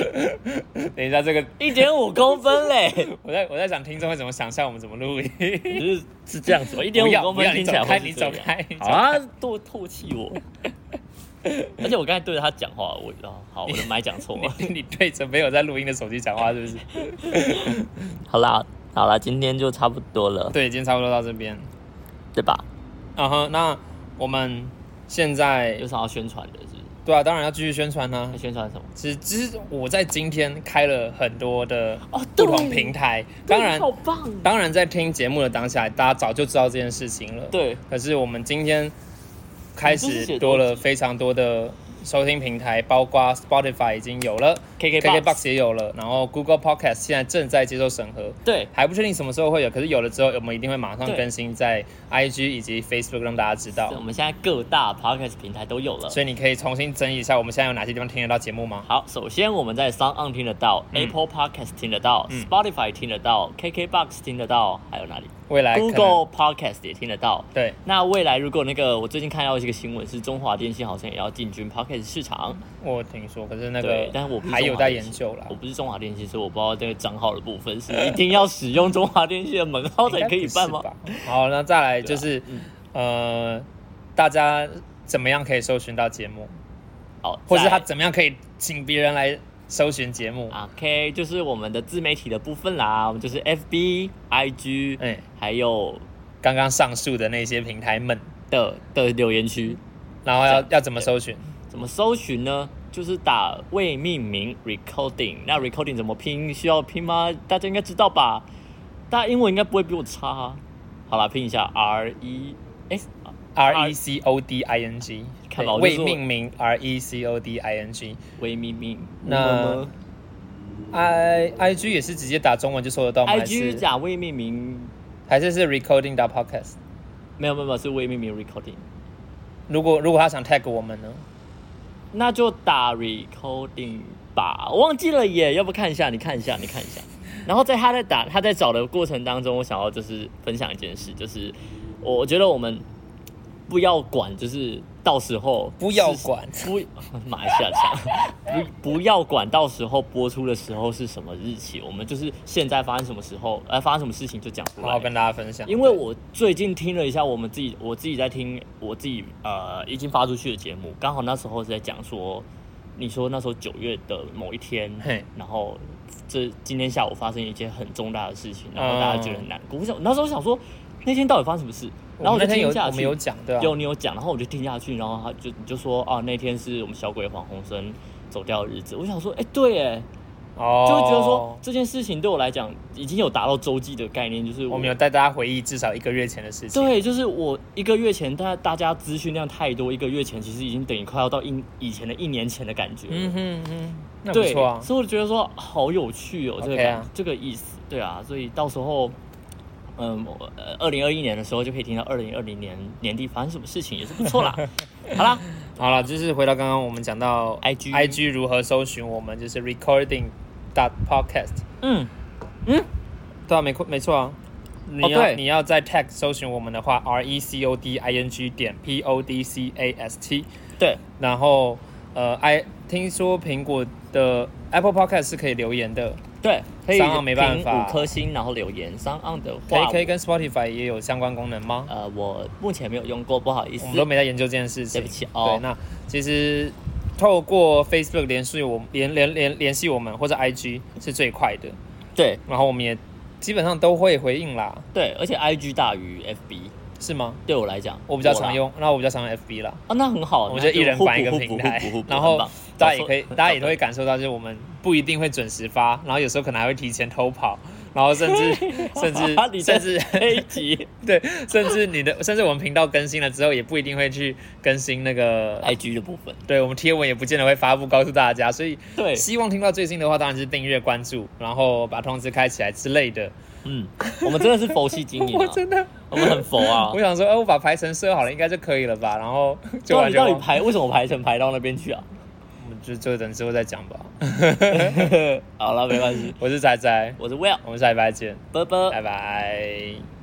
S1: 等一下，这个
S2: 一点五公分 嘞，
S1: 我在我在想听众会怎么想象我们怎么录音。
S2: 就是是这样子吗， 一点
S1: 不
S2: 五
S1: 要
S2: 公
S1: 不
S2: 分
S1: 要
S2: 听起来会是
S1: 你
S2: 这
S1: 走
S2: 样
S1: 开你走开你走
S2: 好啊，多透气我。 而且我刚才对着他讲话，我哦好，我的麦讲错了。
S1: 你你对着没有在录音的手机讲话是不是？
S2: 好啦，好啦，今天就差不多了，
S1: 对，已经差不多到这边。
S2: 对吧？
S1: 嗯哼，那我们现在
S2: 有啥要宣传的？是不是？
S1: 对啊，当然要继续宣传啦、
S2: 要宣传什么？
S1: 其实，其实我在今天开了很多的
S2: 哦
S1: 不
S2: 对
S1: 同平台，当然，
S2: 好棒。
S1: 当然在听节目的当下，大家早就知道这件事情了。
S2: 对，
S1: 可是我们今天开
S2: 你这是
S1: 始
S2: 写
S1: 多了
S2: 多少
S1: 非常多的收听平台，包括 Spotify 已经有了
S2: KKBOX
S1: KKBox 也有了，然后 Google Podcast 现在正在接受审核，
S2: 对，
S1: 还不确定什么时候会有，可是有了之后，我们一定会马上
S2: 对
S1: 更新在 IG 以及 Facebook 让大家知道
S2: 我。们现在各大 podcast 平台都有了。
S1: 所以你可以重新整理一下，我们现在有哪些地方听得到节目吗？
S2: 好，首先我们在 Sound On 听得到、
S1: 嗯
S2: a p p l e Podcast 听得到、
S1: 嗯
S2: Spotify 听得到、KKBox 听得到，还有哪里
S1: 未来可能
S2: ？Google Podcast 也听得到。
S1: 对
S2: 那未来如果那个我最近看到一个新闻是中华电信好像也要进军 Podcast 市场，
S1: 我有听说，可是那
S2: 对
S1: 个，
S2: 但是我不是
S1: 还
S2: 中华
S1: 有在
S2: 电
S1: 研
S2: 信
S1: 究啦
S2: 我。不是中华电信，所以我不知道这个账号的部分是一定要使用中华电信的门号
S1: 应
S2: 才
S1: 该
S2: 可以
S1: 不是
S2: 办吗？
S1: 吧？好，那再来
S2: 对啊
S1: 就是、
S2: 嗯
S1: 呃，大家怎么样可以搜寻到节目，
S2: 好，
S1: 或是
S2: 再
S1: 他怎么样可以请别人来搜寻节目？
S2: 啊 OK，就是我们的自媒体的部分啦，我们就是 FB、IG，、
S1: 哎
S2: 还有
S1: 刚刚上述的那些平台们，
S2: 的的留言区，
S1: 然后要
S2: 对
S1: 要怎么搜寻？
S2: 怎么搜寻呢？就是打未命名 recording，那 recording 怎么拼？需要拼吗？大家应该知道吧？大家英文应该不会比我差、啊。好啦，拼一下 R E S，
S1: R E C O D I N G，
S2: 看吧我就
S1: 未
S2: 说
S1: 命名 R E C O D I N G。
S2: 未命名。嗯
S1: 那 I I G 也是直接打中文就搜得到吗？
S2: I
S1: 还
S2: G
S1: 是
S2: 打未命名，
S1: 还是是 recording 打 podcast？
S2: 没有没有没有是未命名 recording，
S1: 如果如果他想 tag 我们呢？
S2: 那就打 recording 吧，我忘记了耶，要不看一下？你看一下，你看一下。然后在他在打他在找的过程当中，我想要就是分享一件事，就是我我觉得我们不要管，就是到时 候
S1: 不要管
S2: 是不马来西亚腔，不不要管到时候播出的时候是什么日期，我们就是现在发生什么时候，呃，发生什么事情就讲出
S1: 好
S2: 来
S1: 好。跟大家分享。
S2: 因为
S1: 对
S2: 我最近听了一下我们自己，我自己在听我自己呃已经发出去的节目，刚好那时候是在讲说，你说那时候九月的某一天
S1: 嘿，
S2: 然后这今天下午发生一件很重大的事情，
S1: 嗯
S2: 然后大家觉得很难过。我想那时候想说，那天到底发生什么事？然
S1: 我
S2: 后
S1: 们
S2: 就
S1: 那天有
S2: 听下
S1: 我们
S2: 去，
S1: 有讲啊对吧？
S2: 有你有讲，然后我就听下去，然后他就你就说啊，那天是我们小鬼黄鸿生走掉的日子。我想说，哎、对，哎，
S1: 哦
S2: 就会觉得说、这件事情对我来讲已经有达到周记的概念，就是
S1: 我们有带大家回忆至少一个月前的事情。
S2: 对，就是我一个月前，大大家资讯量太多，一个月前其实已经等于快要到一以前的一年前的感觉了。
S1: 嗯哼嗯哼，那不
S2: 对，
S1: 错啊。
S2: 所以我觉得说好有趣哦，这个
S1: OK 啊
S2: 感这个意思，对啊，所以到时候。嗯，我二零二一年的时候就可以听到二零二零年年底发生什么事情，也是不错 啦。好啦，
S1: 好了，就是回到刚刚我们讲到
S2: IG
S1: IG 如何搜寻我们，就是 recording dot podcast。
S2: 嗯，
S1: 对啊，没错没错啊。你要、
S2: 哦对
S1: 你要在 tag 搜寻我们的话，R E C O D I N G 点 P O D C A S T，
S2: 对，
S1: 然后呃，I 听说苹果的 Apple Podcast 是可以留言的，
S2: 对，可以
S1: 商岸没办
S2: 评
S1: 法
S2: 五颗星，然后留言。上岸的
S1: 可以
S2: 话，
S1: 可以跟 Spotify 也有相关功能吗？
S2: 呃，我目前没有用过，不好意
S1: 我
S2: 思
S1: 们。都没在研究这件事情。
S2: 对不起哦
S1: 对，那其实透过 Facebook 联系我们，联联联联系我们或者 IG 是最快的，
S2: 对
S1: 然后我们也基本上都会回应啦。
S2: 对，而且 IG 大于 FB，
S1: 是吗？
S2: 对我来讲，
S1: 我比较
S2: 啦
S1: 常用，那我比较常用 FB 啦，
S2: 啊，那很好，
S1: 我们
S2: 那
S1: 就一人
S2: 互
S1: 办一
S2: 补
S1: 个
S2: 互
S1: 平
S2: 补
S1: 台
S2: 互补互补
S1: 然
S2: 很
S1: 后
S2: 棒
S1: 大家
S2: 好
S1: 也
S2: 说
S1: 可以，
S2: 很
S1: 大家也
S2: 好
S1: 都会感受到，就是我们不一定会准时发，然后有时候可能还会提前偷跑，然后甚 至甚
S2: 你
S1: 至
S2: 在
S1: 甚至
S2: 黑级
S1: 对，甚至你的甚至我们频道更新了之后，也不一定会去更新那个
S2: IG 的部 分，
S1: 对我们贴文也不见得会发布告诉大家，所以
S2: 对，
S1: 希望听到最新的话，当然是订阅、关注，然后把通知开起来之类的。
S2: 嗯，我们真的是佛系经营
S1: 我
S2: 啊，
S1: 真的，
S2: 我们很佛啊
S1: 我。想说，哎、我把排程设好了，应该就可以了吧？然后就
S2: 到
S1: 完
S2: 底
S1: 全
S2: 啊到底
S1: 忘，
S2: 排为什么排成排到那边去啊？
S1: 我们就就等之后再讲吧。
S2: 好了，没关系，
S1: 我是仔仔，
S2: 我是 Will，
S1: 我们下礼拜见，
S2: 拜拜
S1: 拜。拜。